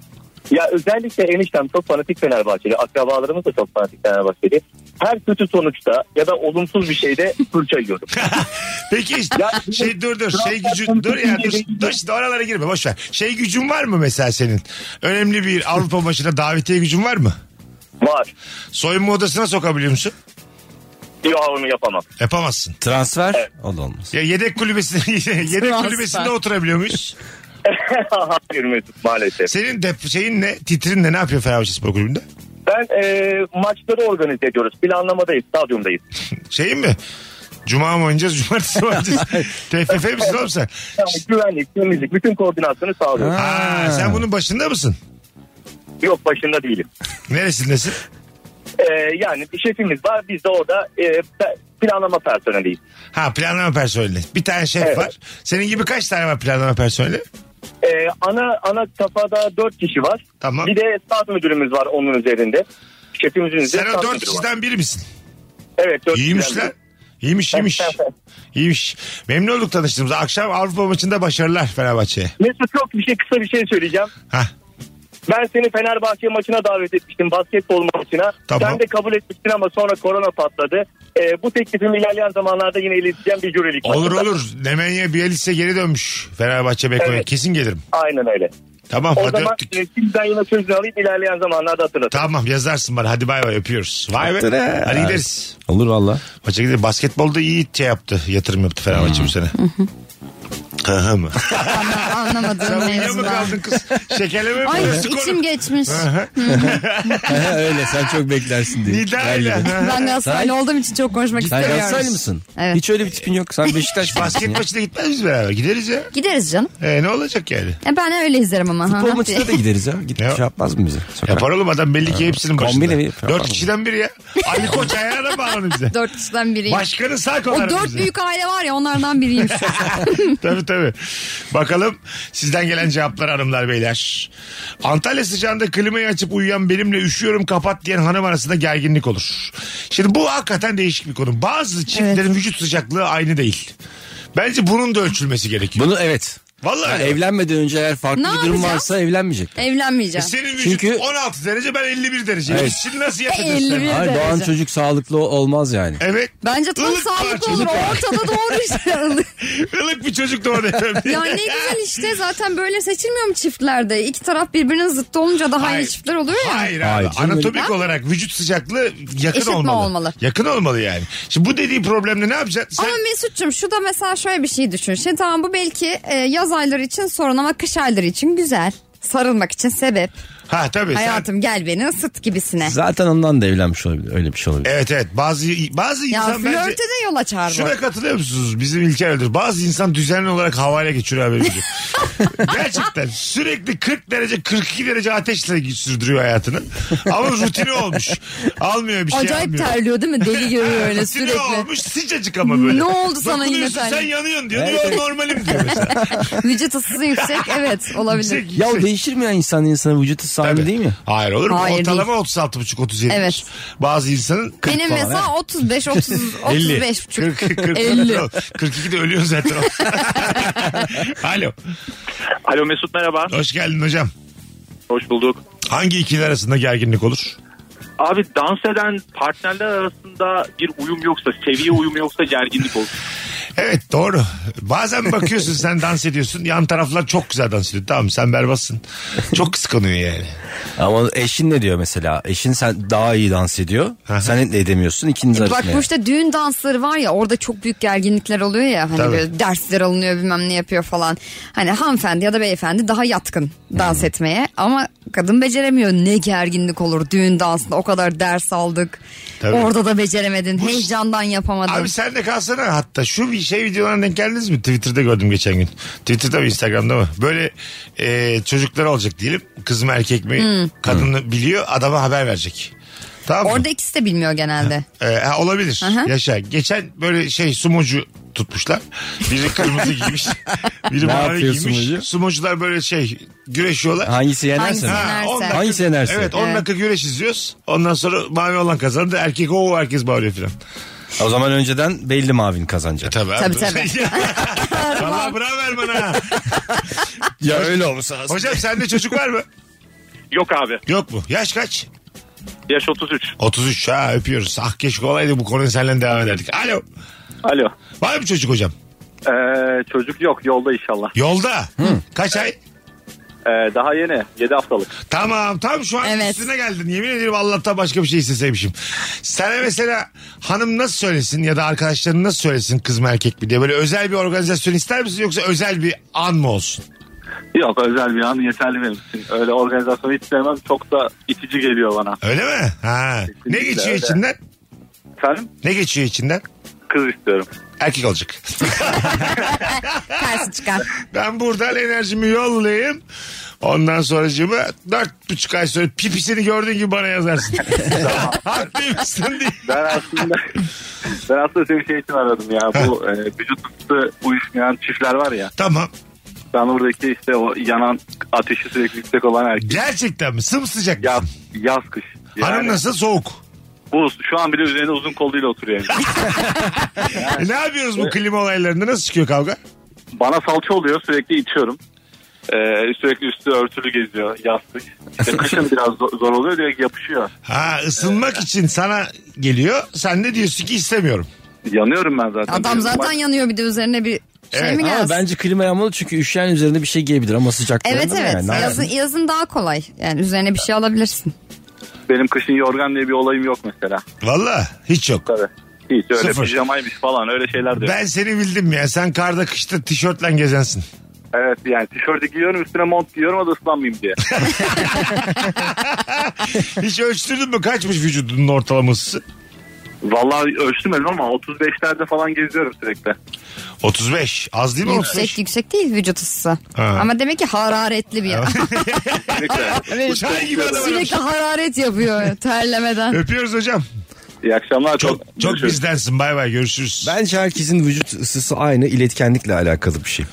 S12: Ya özellikle eniştem çok fanatik Fenerbahçeli. Akrabalarımız da çok fanatik Fenerbahçeli. Her kötü sonuçta ya da olumsuz bir şeyde fırça yiyorum.
S2: Peki şey dur dur şey gücün dur ya dur, dur şimdi oralara girme boş ver. Şey gücün var mı mesela senin? Önemli bir Avrupa maçına davetiye gücün var mı?
S12: Var.
S2: Soyunma odasına sokabiliyor musun?
S12: Yok onu yapamam.
S2: Yapamazsın.
S4: Transfer o da olmaz.
S2: Ya yedek kulübesinde yedek
S12: Transfer.
S2: kulübesinde oturabiliyor muyuz?
S12: Hayır Mesut maalesef.
S2: Senin dep şeyin ne? Titrin ne? Ne yapıyor Fenerbahçe Spor Kulübü'nde?
S12: Ben e, maçları organize ediyoruz. Planlamadayız, stadyumdayız.
S2: Şeyin mi? Cuma mı oynayacağız? Cumartesi mi oynayacağız? TFF misin oğlum sen?
S12: Yani güvenlik, temizlik, bütün koordinasyonu sağlıyoruz.
S2: Ha, sen bunun başında mısın?
S12: Yok başında değilim.
S2: Neresindesin?
S12: E, yani bir şefimiz var. Biz de orada e, pe- planlama personeliyiz.
S2: Ha planlama personeli. Bir tane şef
S12: Evet.
S2: var. Senin gibi kaç tane var planlama personeli?
S12: E, ana ana kafada dört kişi var.
S2: Tamam.
S12: Bir de stat müdürümüz var onun üzerinde. Şefimizin üzerinde
S2: Sen o
S12: stat
S2: dört
S12: müdürü var.
S2: kişiden biri misin?
S12: Evet dört
S2: İyiymiş
S12: kişiden
S2: lan.
S12: biri.
S2: İyiymiş iyiymiş. iyiymiş. Memnun olduk tanıştığımıza. Akşam Avrupa maçında başarılar Fenerbahçe'ye.
S12: Mesut çok bir şey kısa bir şey söyleyeceğim.
S2: Hah.
S12: Ben seni Fenerbahçe maçına davet etmiştim basketbol maçına.
S2: Tamam.
S12: Sen de kabul etmiştin ama sonra korona patladı. E, bu teklifimi ilerleyen zamanlarda yine ileteceğim bir jürilik
S2: Olur
S12: maçında.
S2: olur. Nemanja Bielitse geri dönmüş. Fenerbahçe Beko'ya.
S12: Evet.
S2: Kesin gelirim.
S12: Aynen öyle.
S2: Tamam
S12: o
S2: hadi
S12: zaman
S2: öptük.
S12: e, sizden yine sözünü alayım ilerleyen zamanlarda hatırlatırım.
S2: Tamam yazarsın bana. Hadi bay bay öpüyoruz. Vay be.
S4: Hatırlar.
S2: Hadi gideriz.
S4: Olur valla.
S3: Hmm.
S2: Maça gideriz. Basketbolda iyi şey yaptı. Yatırım yaptı Fenerbahçe bu sene. Aha mı?
S3: Anlamadım
S2: Sen
S3: en
S2: uyuyor mu
S3: azından.
S2: kaldın kız? Şekerleme mi?
S3: Ay
S2: Burası konu.
S3: içim geçmiş.
S2: Aha.
S4: Öyle sen çok beklersin diye.
S2: Nida ile.
S3: Ben Galatasaraylı
S4: Sen-
S3: olduğum için çok konuşmak
S4: Sen
S3: istemiyorum.
S4: Galatasaraylı mısın?
S3: Evet.
S4: Hiç öyle bir tipin yok. Sen Beşiktaş
S2: Basket maçına gitmez miyiz beraber? Gideriz ya.
S3: Gideriz canım.
S2: E, ne olacak yani?
S3: E, ben öyle izlerim ama.
S4: Futbol maçına da gideriz ya. Git şey yapmaz mı bize? Sokak.
S2: Yapar oğlum adam belli ki hepsinin başında.
S4: Kombine mi yapar?
S2: Dört kişiden biri ya. Ali Koç ayağına bağlanır bize.
S3: Dört kişiden biriyim.
S2: Başkanı sağ kolar
S3: o dört
S2: bize.
S3: büyük aile var ya onlardan biriyim.
S2: tabii tabii. Bakalım sizden gelen cevaplar hanımlar beyler. Antalya sıcağında klimayı açıp uyuyan benimle üşüyorum kapat diyen hanım arasında gerginlik olur. Şimdi bu hakikaten değişik bir konu. Bazı çiftlerin vücut sıcaklığı aynı değil. Bence bunun da ölçülmesi gerekiyor.
S4: Bunu evet.
S2: Vallahi
S4: Yani
S2: öyle.
S4: evlenmeden önce eğer farklı
S3: Ne
S4: bir durum
S3: yapacağız?
S4: varsa evlenmeyecek.
S2: E
S3: Evlenmeyeceğim.
S2: Senin vücut
S4: Çünkü-
S2: 16 derece ben 51 derece.
S4: Evet.
S2: Şimdi nasıl yapacağız?
S3: 51
S2: sen?
S4: Hayır
S3: derece.
S4: doğan çocuk sağlıklı olmaz yani.
S2: Evet.
S3: Bence tam
S2: Ilık parça,
S3: sağlıklı olur.
S2: ılık
S3: Ortada doğru işte.
S2: Ilık bir çocuk doğdu efendim.
S3: ya ne güzel işte zaten böyle seçilmiyor mu çiftlerde? İki taraf birbirinin zıttı olunca daha
S2: Hayır.
S3: iyi çiftler oluyor ya.
S2: Hayır,
S4: Hayır
S2: abi.
S4: canım,
S2: Anatomik
S3: öyle-
S2: olarak vücut sıcaklığı yakın
S3: Eşit mi
S2: olmalı.
S3: olmalı?
S2: Yakın olmalı yani. Şimdi bu dediği problemde ne yapacaksın? Sen
S3: Ama Mesut'cum şu da mesela şöyle bir şey düşün. Şimdi tamam bu belki e, yaz ayları için sorun ama kış ayları için güzel. Sarılmak için sebep.
S2: Ha tabii. E, Sen...
S3: Hayatım gel beni ısıt gibisine.
S4: Zaten ondan da evlenmiş olabilir. Öyle bir şey olabilir.
S2: Evet evet. Bazı bazı
S3: Ya
S2: insan
S3: flörte
S2: bence
S3: de yol açar bu.
S2: Şuna katılıyor musunuz? Bizim İlker Öldür. Bazı insan düzenli olarak havayla geçiriyor haberimizi. Gerçekten sürekli 40 derece 42 derece ateşle sürdürüyor hayatını. Ama rutini olmuş. Almıyor bir şey
S3: Acayip
S2: almıyor.
S3: terliyor değil mi? Deli gibi böyle
S2: Rutini
S3: sürekli.
S2: olmuş sıcacık ama böyle.
S3: Ne oldu sana yine
S2: Dokunuyorsun, Sen
S3: terlik?
S2: yanıyorsun diyor.
S4: Evet,
S2: Yo,
S4: evet.
S2: normalim diyor mesela.
S3: Vücut ısısı yüksek evet olabilir.
S2: Yüksek,
S4: Ya o
S2: yüksek.
S4: değişir mi ya insan insana vücut ısısı aynı
S2: Tabii.
S4: değil mi?
S2: Hayır olur mu?
S3: Hayır,
S2: Ortalama 36,5 37.
S3: Evet.
S2: Bazı insanın
S3: Benim
S4: falan,
S3: mesela 35 30
S4: Elli.
S3: 35
S2: 40 40
S3: 50.
S2: 42 de ölüyor zaten. Alo.
S12: Alo Mesut merhaba.
S2: Hoş geldin hocam.
S12: Hoş bulduk.
S2: Hangi ikili arasında gerginlik olur?
S12: Abi dans eden partnerler arasında bir uyum yoksa, seviye uyumu yoksa gerginlik olur.
S2: Evet doğru. Bazen bakıyorsun sen dans ediyorsun. Yan taraflar çok güzel dans ediyor. Tamam sen berbatsın. Çok kıskanıyor yani.
S4: Ama eşin ne diyor mesela? Eşin sen daha iyi dans ediyor. sen de edemiyorsun. İkiniz
S3: Bak
S4: arasında.
S3: bu işte düğün dansları var ya orada çok büyük gerginlikler oluyor ya hani
S2: Tabii.
S3: böyle dersler alınıyor bilmem ne yapıyor falan. Hani hanımefendi ya da beyefendi daha yatkın dans etmeye ama kadın beceremiyor. Ne gerginlik olur düğün dansında o kadar ders aldık.
S2: Tabii.
S3: Orada da beceremedin. Heyecandan yapamadın.
S2: Abi sen de kalsana hatta şu bir şey videolarına denk geldiniz mi? Twitter'da gördüm geçen gün. Twitter'da mı Instagram'da mı? Böyle e, çocuklar olacak diyelim. Kız mı erkek mi? Kadını biliyor adama haber verecek. Tamam mı?
S3: Hmm. Orada ikisi de bilmiyor genelde.
S2: Ee, ha, olabilir.
S3: Aha.
S2: Yaşa. Geçen böyle şey sumocu tutmuşlar. Biri kırmızı giymiş. Biri
S4: Ne
S2: mavi
S4: yapıyor
S2: giymiş.
S4: sumocu?
S2: Sumocular böyle şey güreşiyorlar.
S4: Hangisi yenerse
S3: Hangisi
S4: mi?
S3: yenerse.
S2: on dakika-
S4: Hangisi yenerse?
S2: Evet 10
S3: Evet.
S2: dakika güreş izliyoruz. Ondan sonra mavi olan kazandı. Erkek o herkes bağırıyor filan.
S4: O zaman önceden belli mavin kazanacak.
S2: E Tabii.
S3: Tabii, tabii.
S2: Valla bravo Erman ha.
S4: Ya öyle olsa
S2: Hocam sende çocuk var mı?
S12: Yok abi.
S2: Yok mu? Yaş kaç?
S12: Yaş 33.
S2: 33 ha öpüyoruz. Ah keşke olaydı bu konuyu seninle devam ederdik. Alo.
S12: Alo.
S2: Var mı çocuk hocam?
S12: Ee, çocuk yok yolda inşallah.
S2: Yolda. Kaç ay?
S12: Ee, daha yeni 7 haftalık.
S2: Tamam tam şu an
S3: Evet.
S2: üstüne geldin. Yemin ederim Allah'tan başka bir şey isteseymişim. Sana mesela hanım nasıl söylesin ya da arkadaşların nasıl söylesin kız mı erkek mi diye böyle özel bir organizasyon ister misin yoksa özel bir an mı olsun?
S12: Yok özel bir an yeterli benim için. Öyle organizasyonu hiç sevmem çok da itici geliyor bana.
S2: Öyle mi? Ha. Ne
S12: Kesinlikle
S2: geçiyor
S12: öyle.
S2: içinden?
S12: Efendim?
S2: Ne geçiyor içinden?
S12: Kız istiyorum.
S2: Erkek olacak.
S3: Tersi çıkar.
S2: Ben buradan enerjimi yollayayım. Ondan sonracığıma dört buçuk ay sonra pipisini gördüğün gibi bana yazarsın. Haklıymışsın diye.
S12: Ben aslında ben aslında seni şey için aradım ya. Bu e, vücut ısısı uyuşmayan çiftler var ya.
S2: Tamam.
S12: Ben oradaki işte o yanan ateşi sürekli yüksek olan erkek.
S2: Gerçekten mi? Sımsıcak
S12: Yaz,
S2: mısın?
S12: yaz kış.
S2: Hanım
S12: Yani
S2: nasıl? Soğuk.
S12: Bu şu an bile üzerinde uzun kolluyla oturuyor. Yani.
S2: E ne yapıyoruz bu klima olaylarında? Nasıl çıkıyor kavga?
S12: Bana salça oluyor sürekli içiyorum. Ee, sürekli üstü örtülü geziyor yastık. İşte kışın biraz zo- zor oluyor direkt yapışıyor.
S2: Ha ısınmak için sana geliyor. Sen de diyorsun ki istemiyorum.
S12: Yanıyorum ben zaten.
S3: Adam zaten yanıyor bir de üzerine bir şey
S2: Evet,
S3: mi
S4: Ama
S3: gelsin?
S4: bence klima yanmalı çünkü üşüyen üzerinde bir şey giyebilir ama sıcak.
S3: Evet
S4: dayanır
S3: evet.
S4: yani. Ne
S3: yazın,
S4: yapsın?
S3: yazın daha kolay. Yani üzerine bir şey alabilirsin.
S12: Benim kışın yorgan diye bir olayım yok mesela.
S2: Valla hiç yok.
S12: Tabii. Hiç öyle
S2: Sıfır.
S12: pijamaymış falan öyle şeyler diyor.
S2: Ben seni bildim ya. Sen karda kışta tişörtle gezensin.
S12: Evet yani tişörtü giyiyorum üstüne mont giyiyorum o da ıslanmayayım diye.
S2: Hiç ölçtürdün mü? Kaçmış vücudunun ortalaması?
S12: Vallahi ölçtüm ama 35'lerde falan geziyorum sürekli.
S2: 35. Az değil mi?
S3: Yüksek yüksek değil vücut ısısı.
S2: Ha.
S3: Ama demek ki hararetli bir yer.
S2: Uçan gibi adam.
S3: Sürekli hararet yapıyor terlemeden.
S2: Öpüyoruz hocam.
S12: İyi akşamlar.
S2: Çok, çok bizdensin. Bay bay görüşürüz.
S4: Bence herkesin vücut ısısı aynı iletkenlikle alakalı bir şey.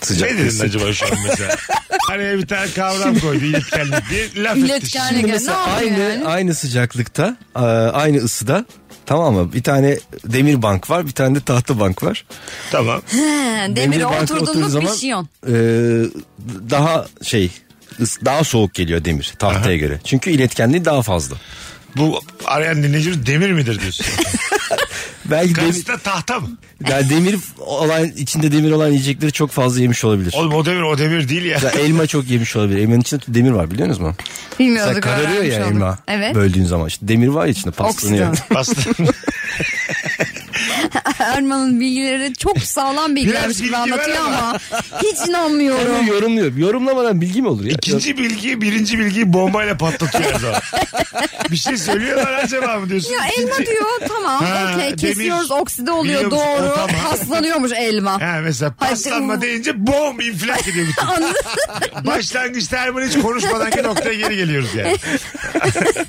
S4: Sıcak
S2: ne dedin
S4: ısı.
S2: acaba şu an mesela? Araya bir tane kavram koydu iletkenlik diye. Laf etti.
S3: İletkenlik.
S4: Şimdi
S3: Ne
S4: mesela
S3: yapıyor
S4: aynı
S3: yani?
S4: aynı sıcaklıkta, e, aynı ısıda tamam mı? Bir tane demir bank var, bir tane de tahta bank var.
S2: Tamam.
S3: He, Demire
S4: banka
S3: oturduğunda
S4: oturduğu zaman,
S3: pişiyorsun.
S4: e, daha şey ıs- daha soğuk geliyor demir tahtaya göre. Çünkü iletkenliği daha fazla.
S2: Bu arayan dinleyicimiz demir midir diyorsun?
S4: Belki demir,
S2: Karşısı da tahta mı?
S4: yani demir olan içinde demir olan yiyecekleri çok fazla yemiş olabilir.
S2: Oğlum o demir o demir değil ya.
S4: Mesela elma çok yemiş olabilir. Elmanın içinde demir var biliyorsunuz mu? Mesela
S3: Bilmiyorduk.
S4: kararıyor
S3: öğrenmiş
S4: ya
S3: olduk.
S4: elma.
S3: şey Evet.
S4: Böldüğün zaman işte demir var ya içinde paslanıyor.
S3: Oksijen.
S2: Aslında
S3: Erman'ın bilgileri çok sağlam bilgilermiş
S2: Biraz
S3: gibi
S2: bilgi ver
S3: anlatıyor
S2: ama.
S3: ama hiç inanmıyorum.
S4: Yorumluyor, yorumluyor. Yorumlamadan bilgi mi olur ya?
S2: ikinci bilgiyi birinci bilgiyi bombayla patlatıyor her zaman. Bir şey söylüyorlar acaba mı diyorsun?
S3: Ya elma
S2: İkinci-
S3: diyor tamam
S2: Ha,
S3: okey
S2: demir.
S3: kesiyoruz okside oluyor
S2: Biliyor musun?
S3: doğru
S2: O tamam.
S3: paslanıyormuş elma.
S2: Ha mesela
S3: Hadi
S2: paslanma
S3: o.
S2: deyince bom infilak ediyor bütün.
S3: Anladın?
S2: Başlangıçta hemen hiç konuşmadan ki noktaya geri geliyoruz yani.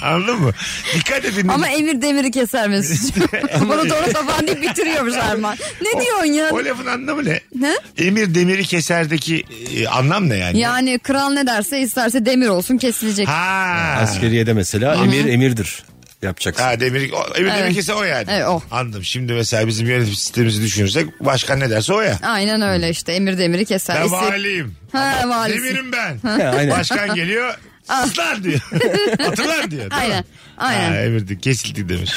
S2: Anladın mı? Dikkat edin.
S3: Ama e, Emir demiri keser Mesut'cum. Bunu doğru taban deyip bitiriyormuş Erman. Ne diyorsun ya?
S2: O lafın anlamı ne?
S3: Ne?
S2: Emir demiri keserdeki e, anlam ne yani?
S3: Yani kral ne derse isterse demir olsun kesilecek.
S2: Ha.
S4: Askeriye de mesela emir emirdir yapacaksın.
S2: Ha demir, o, emir demiri kese o yani.
S3: Evet, o.
S2: Anladım. Şimdi mesela bizim yönetim sistemimizi düşünürsek başkan ne derse o ya.
S3: Aynen öyle işte emir demiri keser.
S2: Ben
S3: İstek-
S2: valiyim.
S3: Ha valisi.
S2: Demirim ben.
S4: aynen.
S2: Başkan geliyor. Sızlar diyor. Hatırlar diyor. değil mi?
S3: Aynen, aynen.
S2: Ha, emirdi kesildi demiş.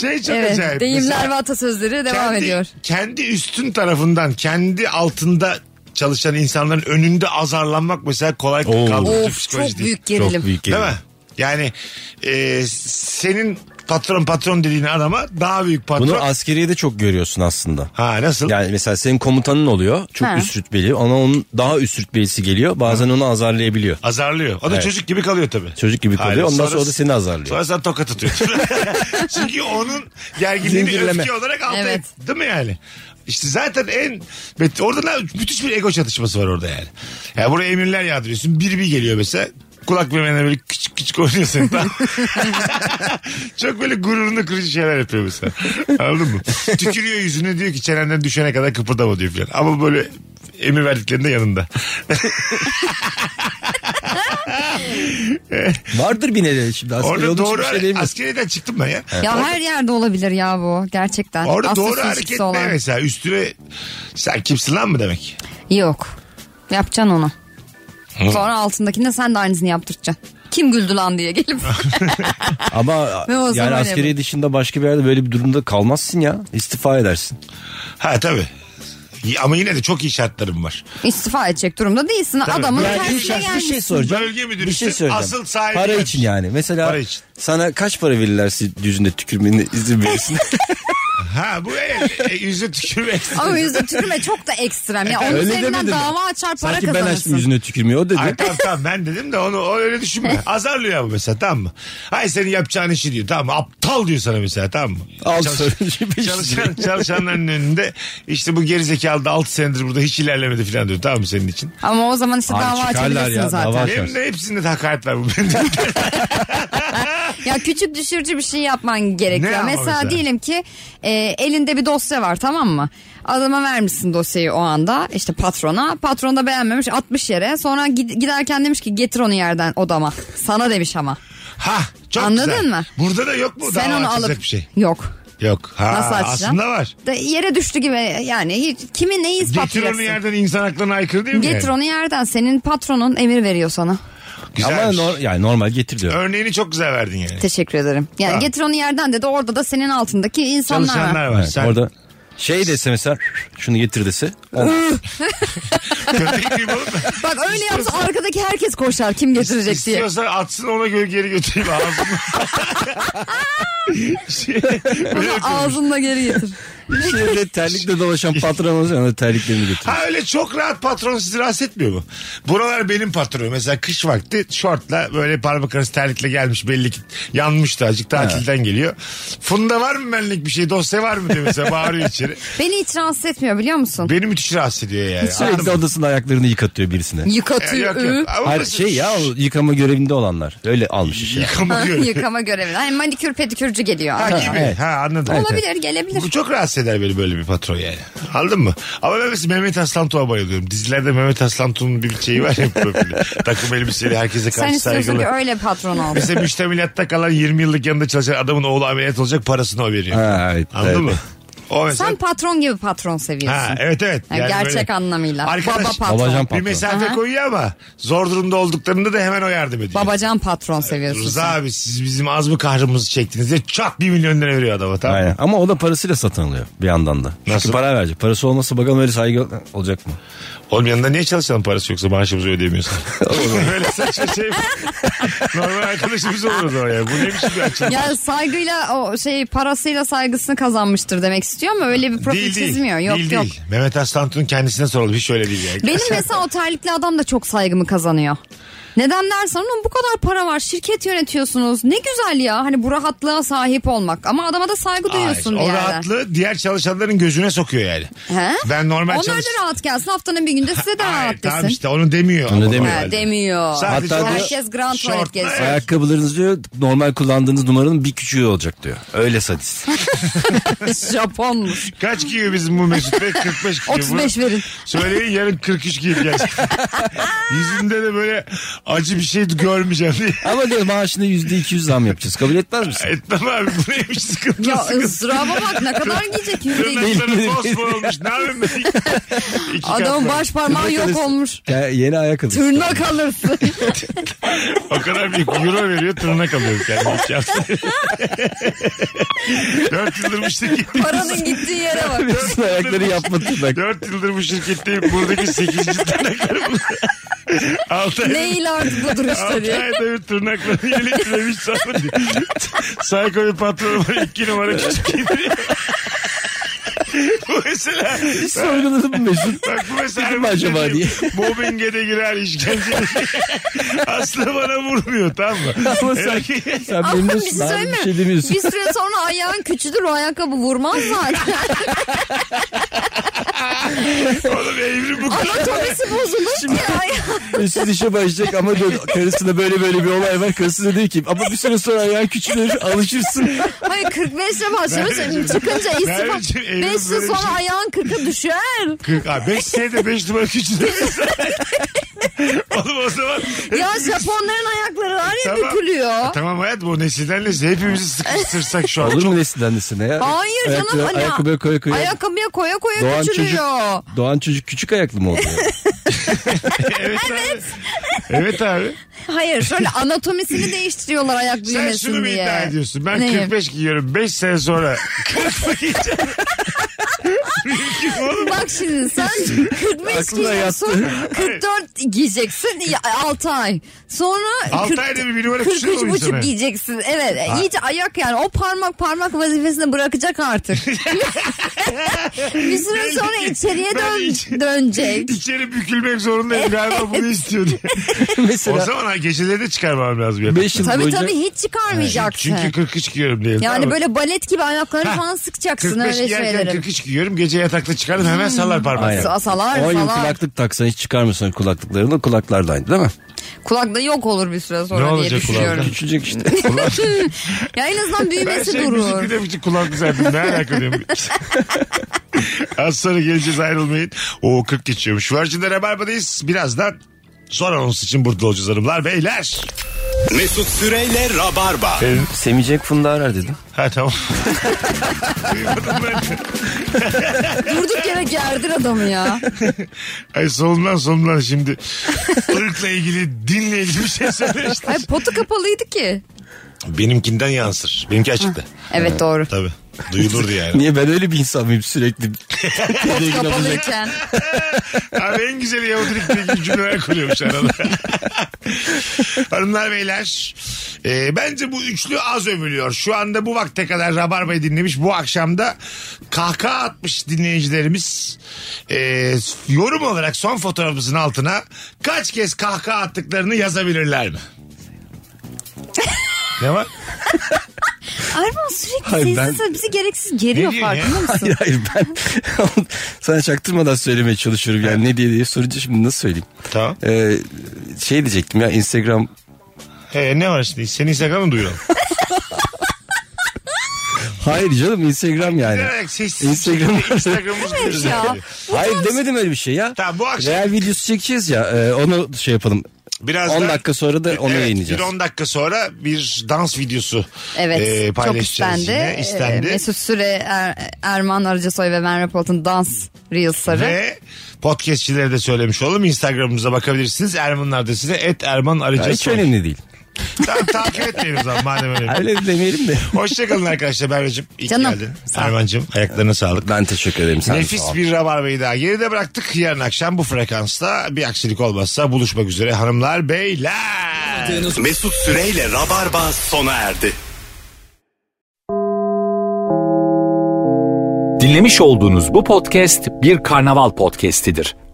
S2: Şey çok
S3: Evet,
S2: acayip.
S3: deyimler
S2: Mesela
S3: ve atasözleri devam
S2: kendi-
S3: ediyor.
S2: Kendi üstün tarafından, kendi altında çalışan insanların önünde azarlanmak mesela kolay
S4: Oo.
S2: kaldırıcı
S3: Of
S2: psikoloji
S3: çok
S2: değil.
S3: büyük gerilim.
S4: Çok büyük
S2: Değil
S4: geliyor.
S2: mi? Yani e, senin patron patron dediğin adama daha büyük patron.
S4: Bunu askeriye de çok görüyorsun aslında.
S2: ha nasıl?
S4: Yani mesela senin komutanın oluyor. Çok
S3: Ha.
S4: üst rütbeli. Ona onun daha üst rütbelisi geliyor. Bazen onu azarlayabiliyor.
S2: Azarlıyor. O da
S4: Evet.
S2: çocuk gibi kalıyor tabii.
S4: Çocuk gibi kalıyor.
S2: Aynen.
S4: Ondan sonra o da seni azarlıyor.
S2: Sonra sen tokat atıyorsun. Çünkü onun gerginliğini
S4: Zincirleme.
S2: öfke olarak alta
S3: Evet.
S2: et. Değil mi yani? İşte zaten en bet- orada ne- müthiş bir ego çatışması var orada yani. Ya buraya emirler yağdırıyorsun. Bir bir geliyor mesela. Kulak memene böyle küçük küçük oynuyorsun. Tamam. Çok böyle gururunu kırıcı şeyler yapıyor mesela. Anladın mı? Tükürüyor yüzüne diyor ki çenenden düşene kadar kıpırdama diyor falan. Ama böyle emir verdiklerinde yanında.
S4: Vardır bir nedeni şimdi. Askeri
S2: Orada
S4: olduğu için
S2: doğru
S4: bir şey
S2: hare-
S4: diyemiyorum.
S2: askeriyeden çıktım ben ya.
S3: Ya her yerde olabilir ya bu gerçekten.
S2: Orada
S3: Aslı
S2: doğru
S3: suçlusu
S2: hareket
S3: Hani olan.
S2: ne mesela? Üstüne sen kimsin lan mı demek?
S3: Yok. Yapacaksın onu. Sonra altındakine sen de aynısını yaptıracaksın. Kim güldü lan diye gelip.
S4: Ama
S3: Ve o zaman
S4: yani
S3: öyle
S4: askeriye dışında başka bir yerde böyle bir durumda kalmazsın ya. İstifa edersin.
S2: Ha tabii. Y- Ama yine de çok iyi şartlarım var.
S3: İstifa edecek durumda değilsin. Adamın
S4: Yani
S3: tersine
S4: bir şey, bir
S3: gelmişsin.
S4: şey soracağım.
S2: Bölge müdürüsün,
S4: bir şey soracağım.
S2: asıl sahibi
S4: Para
S2: benim.
S4: için yani. Mesela
S2: Para için.
S4: sana kaç para verirlerse yüzünde tükürmeni izin verirsin.
S2: Ha bu e, e, yüzü tükürmek.
S3: Ama yüzde tükürme çok da ekstrem. Ya onun
S4: Öyle
S3: üzerinden
S4: demedim.
S3: dava açar para
S4: Sanki ben açtım
S3: kazanırsın.
S4: yüzüne tükürmüyor o dedi.
S2: Ay tamam tamam ben dedim de onu o öyle düşünme. Azarlıyor ama mesela tamam mı? Ay senin yapacağın işi diyor tamam mı? Aptal diyor sana mesela tamam mı?
S4: Al
S2: Çalış-
S4: söyleyeyim.
S3: şey.
S2: Çalışan, çalışanların önünde işte bu gerizekalı da 6 senedir burada hiç ilerlemedi falan diyor tamam mı senin için?
S3: Ama o zaman işte
S4: Abi
S3: dava
S4: çıkarlar
S3: açabilirsin
S4: ya,
S3: zaten.
S4: dava-
S2: Benim de hepsinde de hakaret var bu bende.
S3: Ya küçük düşürücü bir şey yapman
S2: Ne
S3: gerekiyor.
S2: ama
S3: Mesela,
S2: mesela?
S3: diyelim ki e, elinde bir dosya var tamam mı? Adama vermişsin dosyayı o anda işte patrona. Patron da beğenmemiş atmış yere. Sonra gid- giderken demiş ki getir onu yerden odama. Sana demiş ama.
S2: ha çok
S3: Anladın
S2: güzel.
S3: mı?
S2: Burada da yok mu?
S3: Sen
S2: Dava
S3: onu
S2: açılacak
S3: alıp
S2: bir şey.
S3: yok.
S2: Yok. Ha,
S3: Nasıl açacaksın?
S2: aslında var.
S3: Da yere düştü gibi yani hiç, kimi neyi
S2: Getir onu
S3: ispatlayacaksın?
S2: yerden insan aklına aykırı değil mi?
S3: Getir
S2: yani?
S3: onu yerden. Senin patronun emir veriyor sana.
S2: Güzelmiş.
S4: Ama nor- yani normal getir diyor.
S2: Örneğini çok güzel verdin yani.
S3: Teşekkür ederim. Yani
S2: Ha.
S3: getir onu yerden dedi. Orada da senin altındaki insanlar var.
S2: Çalışanlar var.
S4: Evet,
S2: Sen
S4: Orada Şey dese mesela şunu getir dese.
S3: Bak öyle yapsa arkadaki herkes koşar kim getirecek diye.
S2: İstiyorsan atsın ona göre geri götüreyim ağzını. şey,
S3: Ama ağzınla geri getir.
S4: Şöyle terlikle dolaşan patron olsa ona terliklerini götür.
S2: Ha öyle çok rahat patron sizi rahatsız etmiyor mu? Buralar benim patronu. Mesela kış vakti şortla böyle parmak arası terlikle gelmiş belli ki yanmış da azıcık tatilden geliyor. Funda var mı benlik bir şey dosya var mı diyor mesela bağırıyor içeri.
S3: Beni hiç rahatsız etmiyor biliyor musun?
S2: Beni müthiş rahatsız ediyor yani. Anladın mı?
S4: Sürekli odasında ayaklarını yıkatıyor birisine.
S3: Yıkatıyor.
S2: Yok, yok. Ama
S4: Hayır
S2: mesela
S4: şey ya o yıkama görevinde olanlar. Öyle almış işe.
S2: Yıkama diyor.
S3: Yıkama görevi. Hani manikür pedikürcü geliyor.
S2: Ha gibi.
S4: evet.
S2: Ha anladım.
S3: Olabilir gelebilir.
S2: Bu çok rahatsız eder beni böyle bir patron yani. Anladın mı? Ama ben mesela Mehmet Aslan Tuğ'a bayılıyorum. Dizilerde Mehmet Aslan Tuğ'un bir şeyi var ya profili. Takım elbiseli herkese karşı
S3: Sen istiyorsun
S2: saygılı.
S3: ki öyle patron ol.
S2: Mesela müştemilatta kalan 20 yıllık yanında çalışan adamın oğlu ameliyat olacak parasını o veriyor.
S4: Ha, evet,
S2: Anladın
S4: evet.
S2: mı? O mesela...
S3: Sen patron gibi patron seviyorsun.
S2: Ha, evet evet.
S3: Yani gerçek anlamıyla.
S2: Arkadaş-
S3: Baba patron.
S4: Babacan
S2: Bir
S4: patron.
S2: mesafe
S3: Aha.
S2: koyuyor ama zor durumda olduklarında da hemen o yardım ediyor.
S3: Babacan patron seviyorsun.
S2: Rıza
S3: sen.
S2: abi siz bizim az mı kahrımızı çektiniz diye çat bir milyon lira veriyor adama tamam mı?
S4: Aynen. Ama o da parasıyla satın alıyor bir yandan da. Çünkü
S2: Nasıl?
S4: para verecek. Parası olmasa bakalım öyle saygı olacak mı?
S2: Oğlum yanında niye çalışalım parası yoksa maaşımızı ödeyemiyorsan? Böyle saçma şey. Normal arkadaşımız olur o zaman yani. Bu ne biçim bir açılım?
S3: Ya saygıyla o şey parasıyla saygısını kazanmıştır demek istiyor ama öyle bir profil
S2: Değil değil.
S3: çizmiyor. Yok
S2: değil,
S3: yok.
S2: Değil. Mehmet Aslantu'nun kendisine soralım. Hiç öyle değil yani.
S3: Benim mesela o terlikli adam da çok saygımı kazanıyor. Neden dersen onun bu kadar para var şirket yönetiyorsunuz ne güzel ya hani bu rahatlığa sahip olmak ama adama da saygı duyuyorsun bir
S2: o
S3: yerde.
S2: rahatlığı diğer çalışanların gözüne sokuyor yani.
S3: He?
S2: Ben normal
S3: Onlar
S2: çalış...
S3: da rahat gelsin haftanın bir günde size de
S2: Hayır,
S3: rahat
S2: tamam
S3: desin.
S2: işte onu demiyor.
S4: Onu
S2: ama
S4: demiyor.
S2: normalde.
S3: Ha, demiyor.
S2: Sadece
S4: Hatta
S2: o
S3: Herkes grand tuvalet
S2: şortla-
S3: gezsin.
S4: Ayakkabılarınız diyor normal kullandığınız numaranın bir küçüğü olacak diyor. Öyle sadist.
S3: Japonmuş.
S2: Kaç giyiyor bizim bu Mesut Bey? 45 giyiyor.
S3: 35
S2: Bunu
S3: verin.
S2: Söyleyin yarın 43 giyip gerçekten. Yüzünde de böyle acı bir şey görmeyeceğim diye.
S4: Ama diyor maaşına yüzde iki yüz zam yapacağız. Kabul etmez misin?
S2: Etmem abi bu neymiş sıkıntı
S3: Ya
S2: sıkıntı.
S3: ızdıraba bak ne kadar giyecek yüzde
S2: Tırnakları fosfor olmuş. Ne yapayım ben? İki
S3: Adamın
S2: kat var.
S3: baş parmağı yok olmuş.
S4: Ya yeni ayakkabı.
S3: Tırnak alırsın.
S2: O kadar büyük euro veriyor tırnak alıyor kendine. iki hafta. Dört yıldır bu şirkette.
S3: Paranın gittiği yere bak.
S4: Bütün ayakları yapma tırnak.
S2: Dört yıldır bu şirkette buradaki sekizinci tırnakları. Altı ay.
S3: Neyle artık bu duruşta
S2: Altı
S3: diye.
S2: ayda bir tırnaklarını yeleklemiş sana diyor. Psycho bir patronu var iki numara küçük giydiriyor. bu mesela
S4: Hiç sorguladım mı Mesut?
S2: Bak bu mesela
S4: Dedim mi acaba
S2: herif
S4: diye.
S2: Mobbinge de girer işkence. Aslı bana vurmuyor tamam mı?
S4: Ama sen, sen
S3: Ama bir şey
S4: memnunsun. abi,
S3: söyleyeyim
S4: Bir
S3: mi?
S4: şey demiyorsun.
S3: Bir süre sonra ayağın küçülür o ayakkabı vurmaz zaten.
S2: Oğlum evrim bu kadar.
S3: Anatomisi bozulur ki ayağı.
S4: Mesut işe başlayacak ama diyor, karısına böyle böyle bir olay var. Karısı da diyor ki ama bir süre sonra ayağın küçülür alışırsın.
S3: Hayır 45'e
S2: Merveciğim,
S3: başlamış çıkınca istifat.
S2: Merveciğim, evrim
S3: 5 yıl
S2: böyle bir
S3: sonra
S2: şey.
S3: ayağın 40'a düşer.
S2: 40 abi 5 senede 5 numara küçülür. Oğlum o zaman
S3: Ya Japonların ayakları var ya
S2: Tamam. E,
S3: bükülüyor.
S2: Tamam hayat bu nesilden nesil hepimizi sıkıştırsak şu an.
S4: Olur mu nesinden nesine ya?
S3: Hayır canım
S4: Ayakkabı-
S3: hani
S4: ayakkabıya koya koya.
S3: ayakkabıya koya koya
S4: Doğan çocuk,
S3: küçülüyor.
S4: doğan çocuk küçük ayaklı mı oluyor?
S2: evet. Abi. Evet abi.
S3: Hayır şöyle anatomisini değiştiriyorlar ayak
S2: Sen
S3: büyümesin
S2: şunu mu
S3: diye.
S2: iddia ediyorsun? Ben
S3: Neyi?
S2: 45 giyiyorum. 5 sene sonra 40 mı giyeceğim? Mümkün mü oğlum?
S3: Bak şimdi sen 45
S4: Aklına
S3: giyiyorsun 44 giyeceksin 6 ay. Sonra
S2: Altı
S3: 40
S2: ayda bir numara küçük oluyor
S3: 43
S2: insana.
S3: buçuk giyeceksin. Evet iyice ayak yani o parmak parmak vazifesini bırakacak artık. bir süre
S2: Belli
S3: sonra
S2: ki
S3: içeriye
S2: ben
S3: dön
S2: iç-
S3: dönecek.
S2: İçeri bükülmek zorundayım galiba bunu istiyor diye. o
S4: Mesela
S2: zaman ha, geceleri de çıkarmam lazım. Ya.
S4: 5 yıl
S3: Tabii
S4: boyunca
S3: tabii hiç çıkarmayacaksın.
S2: Çünkü 43 giyiyorum diyelim.
S3: yani
S2: tamam mı?
S3: böyle balet gibi ayaklarını
S2: Ha,
S3: falan sıkacaksın
S2: 45
S3: öyle Hmm.
S2: giyerken
S3: şeyleri.
S2: 43 giyiyorum. Gece yatakta çıkarım hemen sallar parmağı.
S4: Aynen.
S3: Sa- Salar
S4: 10 yıl
S3: salar.
S4: kulaklık taksan hiç çıkarmıyorsun kulaklıklarını kulaklar da aynı değil mi?
S3: Kulakta yok olur bir süre sonra diye
S2: olacak kulakta?
S3: düşünüyorum.
S4: Küçülecek işte.
S3: ya en azından
S2: Ben
S3: büyümesi
S2: şey
S3: durur.
S2: müzik dinlemişim kulağım düzeldim. Ne alaka diyorum. Az sonra geleceğiz ayrılmayın. O 40 geçiyormuş. Virgin'de Rabarba'dayız. Birazdan son anons için burada olacağız hanımlar beyler.
S1: Mesut Süreyle Rabarba.
S4: Semicek Funda arar dedim.
S2: Ha tamam. Duymadım ben de.
S3: Durduk yere gerdir adamı ya.
S2: Ay solundan solundan şimdi ırkla ilgili dinle ilgili bir şey söyle işte.
S3: Ay potu kapalıydı ki.
S2: Benimkinden yansır. Benimki açıktı.
S3: Evet doğru.
S2: Tabii. Duyulurdu yani.
S4: Niye ben öyle bir insan mıyım sürekli?
S3: Kapalıyken.
S2: Abi en güzeli Yahudilik bilgi cümleler kuruyormuş arada. Hanımlar beyler e, bence bu üçlü az övülüyor. Şu anda bu vakte kadar Rabarba'yı dinlemiş. Bu akşam da kahkaha atmış dinleyicilerimiz. E, yorum olarak son fotoğrafımızın altına kaç kez kahkaha attıklarını yazabilirler mi? ne var?
S3: Erman sürekli
S4: Hayır,
S3: sessiz
S4: ben-
S3: ol- bizi gereksiz geriyor
S2: Ne diyor ya?
S3: farkında mısın?
S4: Hayır hayır ben sana çaktırmadan söylemeye çalışıyorum yani ne diye diye sorunca şimdi nasıl söyleyeyim?
S2: Tamam.
S4: Ee, şey diyecektim ya Instagram
S2: He, E, ne var şimdi? Senin Instagram'ı duyuralım.
S4: hayır canım Instagram yani.
S2: Ne demek sessiz?
S4: Instagram
S2: Instagram'ımız
S3: Demek ya.
S4: Hayır demedim öyle bir şey ya.
S2: Tamam bu akşam
S4: Real videosu çekeceğiz ya e, onu şey yapalım.
S2: Biraz
S4: 10
S2: da-
S4: dakika sonra da onu
S2: evet,
S4: yayınlayacağız.
S2: Bir 10 dakika sonra bir dans videosu
S3: Evet
S2: e,
S3: çok istendi.
S2: paylaşacağız yine. İstendi.
S3: Ee, Mesut Süre, Er- Erman Arıcasoy ve Ben Rapolt'un dans reels'ları.
S2: Ve podcastçilere de söylemiş olalım. Instagramımıza bakabilirsiniz. Ermanlar da size et Erman
S4: Ya,
S2: arayacağız.
S4: hiç önemli değil.
S2: Tamam, takip etmeyin o zaman madem öyle.
S4: Öyle demeyelim de.
S2: Hoşçakalın arkadaşlar Berra'cığım. İyi ki
S3: Canım,
S2: geldin.
S3: sağ ol.
S2: Erman'cığım ayaklarına sağlık.
S4: Ben teşekkür ederim. Sen de
S2: Nefis
S4: sağ ol.
S2: bir rabarbayı daha geride bıraktık. Yarın akşam bu frekansta bir aksilik olmazsa buluşmak üzere hanımlar beyler.
S1: Mesut Süreyle Rabarba sona erdi.
S13: Dinlemiş olduğunuz bu podcast bir karnaval podcastidir.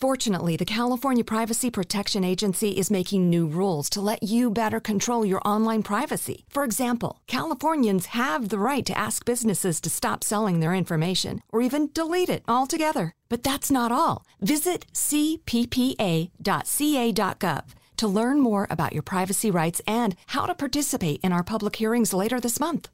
S14: Fortunately, the California Privacy Protection Agency is making new rules to let you better control your online privacy. For example, Californians have the right to ask businesses to stop selling their information or even delete it altogether. But that's not all. Visit cppa.ca.gov to learn more about your privacy rights and how to participate in our public hearings later this month.